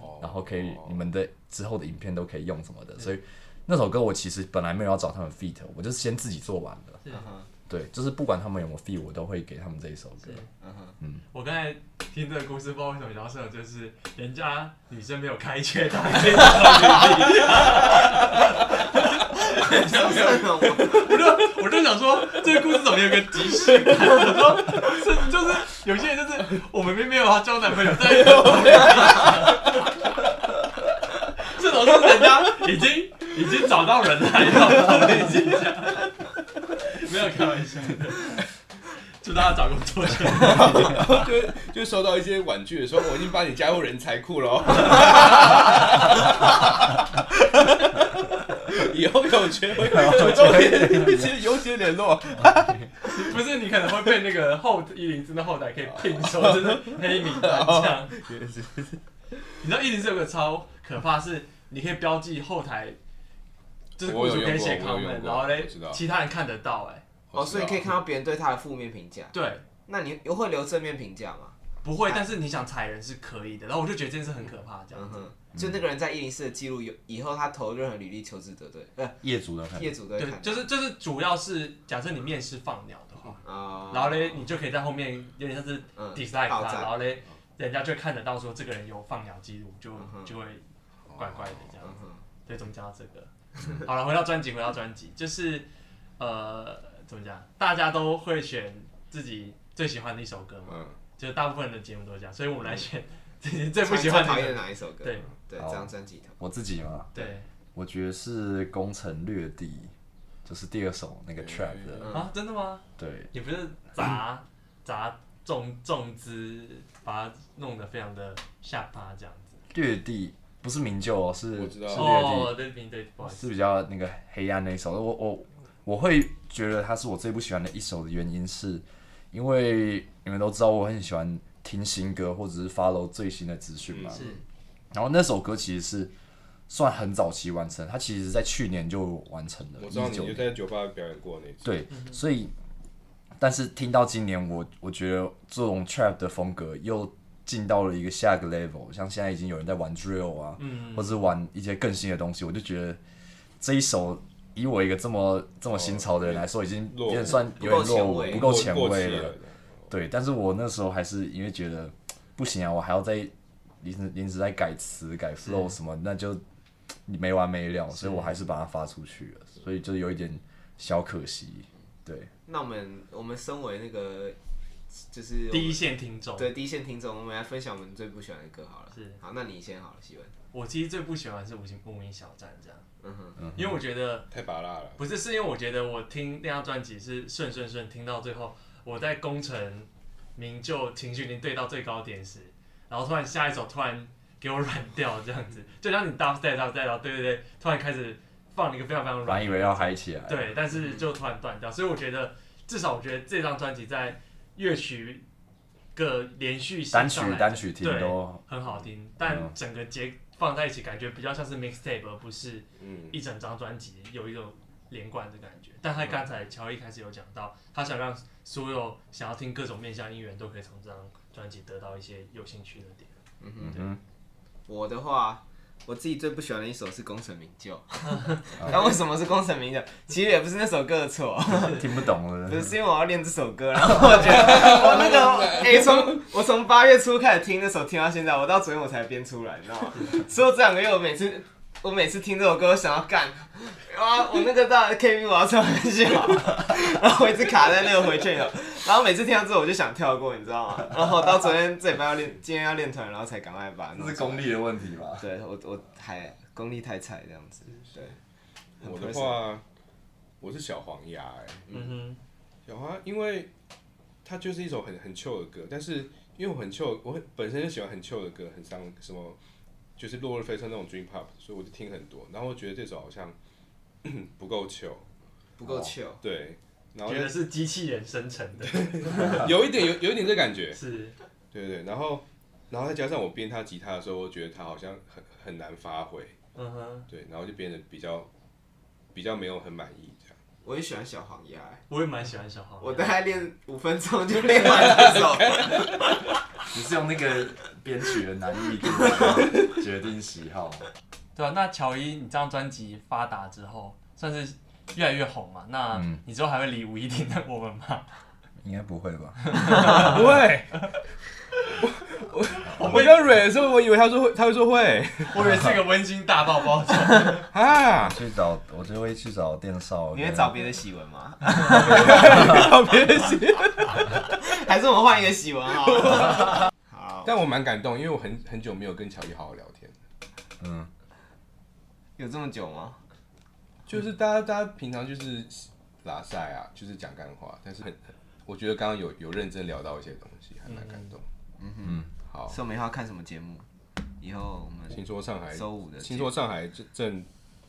[SPEAKER 4] 哦
[SPEAKER 1] 然后可以你们的之后的影片都可以用什么的，所以那首歌我其实本来没有要找他们 feat，我就是先自己做完的。
[SPEAKER 3] 嗯
[SPEAKER 2] 是
[SPEAKER 1] 对，就是不管他们有没有 feat，我都会给他们这一首歌。
[SPEAKER 2] 我刚才听这个故事，不知道为什么比较适合，就是人家女生没有开缺，他还可以找到女生我就我就想说，这个故事怎么有个即视感？我说是就是有些人就是我们并没有要交男朋友，但是我们有即视感这种 是人家已经已经找到人了，你知道吗？已经这样没有开玩笑的，祝大家找工作顺利。
[SPEAKER 4] 就是就收到一些婉拒的说，我已经把你加入人才库了哦。 以后有缺会主动联，先优先联络。
[SPEAKER 2] 不是你可能会被那个后一零四的后台可以聘收，
[SPEAKER 4] 哦
[SPEAKER 2] 就是黑名单这 样。你知道一零四有个超可怕是，你可以标记后台，就是雇主可以写
[SPEAKER 4] 我有用过我有
[SPEAKER 2] comment，
[SPEAKER 4] 用过
[SPEAKER 2] 然后
[SPEAKER 4] 我
[SPEAKER 2] 嘞
[SPEAKER 4] 知道，
[SPEAKER 2] 其他人看得到哎、
[SPEAKER 4] 我
[SPEAKER 3] 哦，
[SPEAKER 4] 知道
[SPEAKER 3] 所以可以看到别人对他的负面评价。
[SPEAKER 2] 对，
[SPEAKER 3] 那你又会留正面评价吗？
[SPEAKER 2] 不会，但是你想踩人是可以的。然后我就觉得这件事很可怕，这
[SPEAKER 3] 嗯
[SPEAKER 2] 样子。
[SPEAKER 3] 哼，就那个人在一零四的记录有，以后他投任何履历求职得对，呃，
[SPEAKER 1] 业主的看
[SPEAKER 3] 业主都会
[SPEAKER 2] 对
[SPEAKER 3] 看，
[SPEAKER 2] 就是就是主要是假设你面试放鸟的话，
[SPEAKER 4] 哦
[SPEAKER 3] 啊，
[SPEAKER 2] 然后嘞，你就可以在后面有点像是
[SPEAKER 3] 嗯
[SPEAKER 2] dislike
[SPEAKER 3] 爆
[SPEAKER 2] 他，
[SPEAKER 3] 炸
[SPEAKER 2] 然后嘞，人家就看得到说这个人有放鸟记录，就
[SPEAKER 3] 嗯哼
[SPEAKER 2] 就会怪
[SPEAKER 1] 哎
[SPEAKER 2] 怪的这样
[SPEAKER 3] 嗯。哼，
[SPEAKER 2] 对，怎么讲到这个？ 好了，回到专辑，回到专辑，就是呃，怎么讲？大家都会选自己最喜欢的一首歌嘛，
[SPEAKER 4] 嗯，
[SPEAKER 2] 就是大部分的节目都是这样，所以我
[SPEAKER 3] 嗯
[SPEAKER 2] 们来选自己最不
[SPEAKER 3] 常
[SPEAKER 2] 喜欢
[SPEAKER 3] 常讨
[SPEAKER 2] 的一
[SPEAKER 3] 厌
[SPEAKER 2] 个。
[SPEAKER 3] 哪一首歌？
[SPEAKER 2] 对
[SPEAKER 3] 对，
[SPEAKER 1] 好
[SPEAKER 3] 这张专辑头。
[SPEAKER 1] 我自己嘛，
[SPEAKER 2] 对
[SPEAKER 1] 我觉得是《攻城略地》，就是第二首那个 trap 的。
[SPEAKER 3] 嗯
[SPEAKER 2] 啊，真的吗？
[SPEAKER 1] 对，
[SPEAKER 2] 也不是砸砸重重资，把它弄得非常的下巴这样子。
[SPEAKER 1] 略地不是名旧哦，是
[SPEAKER 4] 我
[SPEAKER 1] 是
[SPEAKER 4] 知
[SPEAKER 1] 略
[SPEAKER 4] 道
[SPEAKER 1] 地。
[SPEAKER 2] 哦，对对对，不好意思。
[SPEAKER 1] 是比较那个黑暗那一首。我我我会觉得它是我最不喜欢的一首的原因是，因为你们都知道我很喜欢听新歌或者是 follow 最新的资讯嘛。
[SPEAKER 4] 嗯
[SPEAKER 2] 是
[SPEAKER 1] 然后那首歌其实是算很早期完成，它其实在去年就完成了，
[SPEAKER 4] 我知道你
[SPEAKER 1] 19
[SPEAKER 4] 就在酒吧表演过那次。
[SPEAKER 1] 对，所以，但是听到今年我，我觉得这种 trap 的风格又进到了一个下一个 level，像现在已经有人在玩 drill 啊，
[SPEAKER 2] 嗯
[SPEAKER 1] 或者是玩一些更新的东西，我就觉得这一首以我一个这么这么新潮的人来说，已经
[SPEAKER 4] 落伍
[SPEAKER 1] 有点算有
[SPEAKER 3] 不
[SPEAKER 1] 点落
[SPEAKER 3] 够前
[SPEAKER 1] 伍，
[SPEAKER 3] 卫
[SPEAKER 1] 不
[SPEAKER 4] 过
[SPEAKER 1] 够前
[SPEAKER 4] 过
[SPEAKER 1] 卫
[SPEAKER 4] 气
[SPEAKER 1] 了。对，但是我那时候还是因为觉得不行啊，我还要再临时临时再改词、改 flow 什么，那就没完没了，所以我还是把它发出去了，所以就有一点小可惜。对，
[SPEAKER 3] 那我们我们身为那个就是我们
[SPEAKER 2] 第一线听众，
[SPEAKER 3] 对第一线听众，我们来分享我们最不喜欢的歌好了。
[SPEAKER 2] 是，
[SPEAKER 3] 好，那你先好了，希文。
[SPEAKER 2] 我其实最不喜欢是无形无名小站这样，
[SPEAKER 3] 嗯哼，
[SPEAKER 2] 因为我觉得。
[SPEAKER 4] 太拔辣了。
[SPEAKER 2] 不是，是因为我觉得我听那张专辑是顺顺顺听到最后，我在功成名就情绪已经对到最高点时，然后突然下一首突然给我软掉这样子，就像你 dub step dub step，然后对对对，突然开始放了一个非常非常
[SPEAKER 1] 本来
[SPEAKER 2] 软，
[SPEAKER 1] 以为要嗨起来，
[SPEAKER 2] 对，但是就突然断掉，所以我觉得至少我觉得这张专辑在乐曲个连续性
[SPEAKER 1] 单曲
[SPEAKER 2] 上来
[SPEAKER 1] 单曲听
[SPEAKER 2] 对
[SPEAKER 1] 都
[SPEAKER 2] 很好听，但
[SPEAKER 1] 嗯
[SPEAKER 2] 整个结放在一起感觉比较像是 mixtape 而不是。
[SPEAKER 4] 嗯，
[SPEAKER 2] 一整张专辑有一种连贯的感觉。但他刚才乔一开始有讲到，他想让所有想要听各种面向音源都可以从这张专辑得到一些有兴趣的点。
[SPEAKER 1] 嗯哼，
[SPEAKER 3] 我的话，我自己最不喜欢的一首是《功成名就》。 那为什么是《功成名就》？其实也不是那首歌的错，
[SPEAKER 1] 听不懂了
[SPEAKER 3] 不。是因为我要练这首歌，然后我觉得 我那个哎，从、我从 八月初开始听那首，听到现在，我到昨天我才编出来，你知道吗？所以我这两个月我每次我每次听这首歌，我想要干啊！我那个到 KTV 我要唱很 久，然后我一直卡在那个回圈里头，然后每次听到之后我就想跳过，你知道吗？然后到昨天这礼拜要练，今天要练团，然后才赶快把它弄
[SPEAKER 1] 这是
[SPEAKER 3] 出来
[SPEAKER 1] 功。力的问题吧？
[SPEAKER 3] 对我我还功力太菜这样子，对，很
[SPEAKER 4] 我的
[SPEAKER 3] personal
[SPEAKER 4] 话，我是小黄鸭哎、
[SPEAKER 2] 嗯
[SPEAKER 4] 小黄，因为它就是一首很很 chill 的歌，但是因为我很 chill，我很本身就喜欢很 chill 的歌，很像什么就是落日飞车那种 dream pop，所以我就听很多，然后我觉得这首好像 不够 chill，
[SPEAKER 3] 不够 chill，
[SPEAKER 4] 对，然
[SPEAKER 2] 哼，
[SPEAKER 4] 后
[SPEAKER 2] 觉得是机器人生成的，
[SPEAKER 4] 有一点有有一点这感觉，
[SPEAKER 2] 是
[SPEAKER 4] 对对，对然后然后再加上我编他吉他的时候，我觉得他好像很很难发挥，
[SPEAKER 2] 嗯哼，
[SPEAKER 4] 对，然后就变得比较比较没有很满意这样。
[SPEAKER 3] 我也喜欢小黄鸭、欸
[SPEAKER 2] 我也蛮喜欢小黄鸭，
[SPEAKER 3] 我大概练五分钟就练完这首，
[SPEAKER 1] 你是用那个编曲的难 易度来决定喜好吗？
[SPEAKER 2] 对啊，那乔伊，你这张专辑发达之后，算是越来越红嘛？那
[SPEAKER 1] 嗯
[SPEAKER 2] 你之后还会理吴一婷的我们吗？
[SPEAKER 1] 应该不会吧？
[SPEAKER 4] 不会， 我我刚蕊的时候，我以为他说会，他会说会
[SPEAKER 2] 我以为是个温馨大爆包，
[SPEAKER 4] 啊，
[SPEAKER 1] 去找我就会去找电烧，
[SPEAKER 3] 你会找别的喜文吗？
[SPEAKER 4] 好别急。
[SPEAKER 3] 还是我们换一个喜文好了？ 好，
[SPEAKER 4] 但我蛮感动，因为我很很久没有跟乔伊好好聊天，
[SPEAKER 1] 嗯，
[SPEAKER 3] 有这么久吗？
[SPEAKER 4] 就是大家大家平常就是拉塞啊，就是讲干话，但是很我觉得刚刚有有认真聊到一些东西，还蛮感动。
[SPEAKER 1] 嗯
[SPEAKER 4] 好，
[SPEAKER 3] 所以我们以后要看什么节目？以后我们
[SPEAKER 4] 听说上海，
[SPEAKER 3] 周五的节
[SPEAKER 4] 听
[SPEAKER 3] 目
[SPEAKER 4] 说上海正正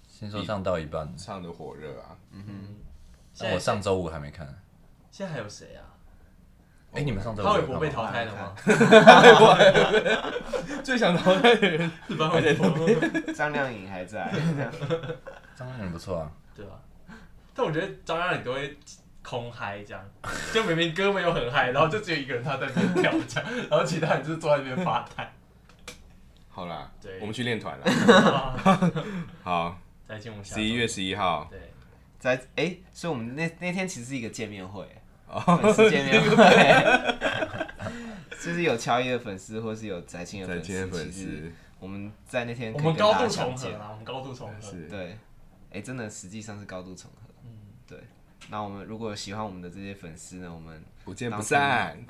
[SPEAKER 1] 先说上到一半，
[SPEAKER 4] 唱的火热啊，
[SPEAKER 3] 嗯
[SPEAKER 1] 但我上周五还没看。
[SPEAKER 2] 现在还有谁啊？
[SPEAKER 1] 哎，你们上周五
[SPEAKER 2] 潘玮
[SPEAKER 1] 有看
[SPEAKER 2] 柏被
[SPEAKER 1] 吗？
[SPEAKER 2] 淘汰了吗？
[SPEAKER 4] 最想淘汰的人，
[SPEAKER 2] 是潘玮柏，
[SPEAKER 3] 张靓颖还在，
[SPEAKER 1] 张靓颖不错啊，
[SPEAKER 2] 对吧、但我觉得张靓颖都会空嗨这样，就明明歌没有很嗨，然后就只有一个人他在那边跳这样，然后其他人就是坐在那边发呆。
[SPEAKER 4] 好啦
[SPEAKER 2] 对，
[SPEAKER 4] 我们去练 团了。好，
[SPEAKER 2] 再见，我们下周
[SPEAKER 4] 十一月十一号，
[SPEAKER 2] 对，
[SPEAKER 3] 在哎、所以我们那那天其实是一个见面会，欸
[SPEAKER 4] 哦
[SPEAKER 3] 粉丝见面会， 就是有乔伊的粉丝或是有翟青的
[SPEAKER 4] 再
[SPEAKER 3] 粉丝，
[SPEAKER 4] 见粉
[SPEAKER 3] 其实
[SPEAKER 4] 丝，
[SPEAKER 3] 我们在那天
[SPEAKER 2] 我
[SPEAKER 3] 可以
[SPEAKER 2] 们
[SPEAKER 3] 跟
[SPEAKER 2] 高
[SPEAKER 3] 大家
[SPEAKER 2] 度
[SPEAKER 3] 相
[SPEAKER 2] 重
[SPEAKER 3] 见
[SPEAKER 2] 合啊，我们高度重合。
[SPEAKER 4] 是
[SPEAKER 3] 对，哎、真的实际上是高度重合。
[SPEAKER 2] 嗯
[SPEAKER 3] 对，那我们如果有喜欢我们的这些粉丝呢，我们
[SPEAKER 4] 不见不
[SPEAKER 3] 当
[SPEAKER 4] 散。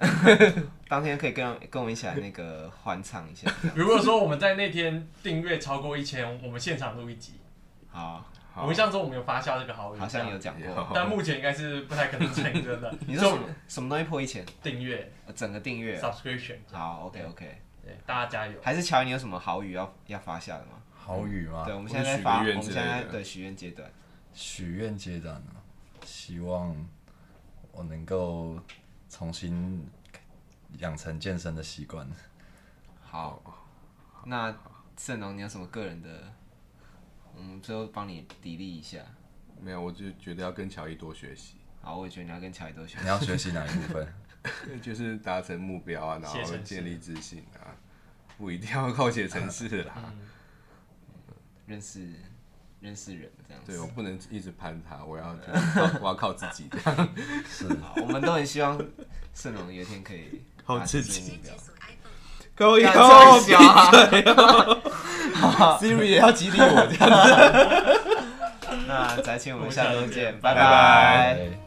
[SPEAKER 3] 当天可以跟跟我们一起来那个欢唱 一下。
[SPEAKER 2] 如果说我们在那天订阅超过一千，我们现场录一集。
[SPEAKER 3] 好，
[SPEAKER 4] 好
[SPEAKER 2] 我们上周我们有发酵这个好友，
[SPEAKER 3] 好像有，讲过。。
[SPEAKER 4] 有
[SPEAKER 2] 但目前应该是不太可能成真的
[SPEAKER 3] 你说什么什么东西破一千？
[SPEAKER 2] 就订阅
[SPEAKER 3] 呃整个订阅啊？
[SPEAKER 2] subscription，
[SPEAKER 3] 好，OK OK。
[SPEAKER 2] 对，大家加油。
[SPEAKER 3] 还是乔伊，你有什么好语要要发下的吗？
[SPEAKER 1] 好雨吗
[SPEAKER 3] 嗯对，？我们
[SPEAKER 4] 啊或
[SPEAKER 3] 现在在
[SPEAKER 4] 是许个
[SPEAKER 3] 发，我
[SPEAKER 4] 愿
[SPEAKER 3] 们
[SPEAKER 4] 之
[SPEAKER 3] 现
[SPEAKER 4] 类
[SPEAKER 3] 在
[SPEAKER 4] 的
[SPEAKER 3] 对许愿阶段。
[SPEAKER 1] 许愿阶段啊，希望我能够重新养成健身的习惯。
[SPEAKER 3] 好，那盛龙，你有什么个人的？我们最后帮你砥砺一下。
[SPEAKER 4] 没有，我就觉得要跟乔伊多学习，
[SPEAKER 3] 好，我也觉得你要跟乔伊多学习。
[SPEAKER 1] 你要学习哪一部分？
[SPEAKER 4] 就是达成目标啊，然
[SPEAKER 2] 写
[SPEAKER 4] 后
[SPEAKER 2] 程式
[SPEAKER 4] 建立自信啊，不一定要靠写程式
[SPEAKER 2] 음.
[SPEAKER 4] 啦。
[SPEAKER 3] 认识认识人这样子。
[SPEAKER 4] 对我不能一直攀他，我要 靠我要靠自己。
[SPEAKER 1] 是
[SPEAKER 3] 好，我们都很希望盛龙有一天可以
[SPEAKER 4] 好
[SPEAKER 3] 达成
[SPEAKER 4] 刺激
[SPEAKER 3] 这个目标。
[SPEAKER 4] 各位
[SPEAKER 3] 干这么小啊
[SPEAKER 4] Siri 也要激励我这样。
[SPEAKER 3] 那翟青，我们下周见，拜
[SPEAKER 2] 拜
[SPEAKER 3] 拜。
[SPEAKER 1] 哎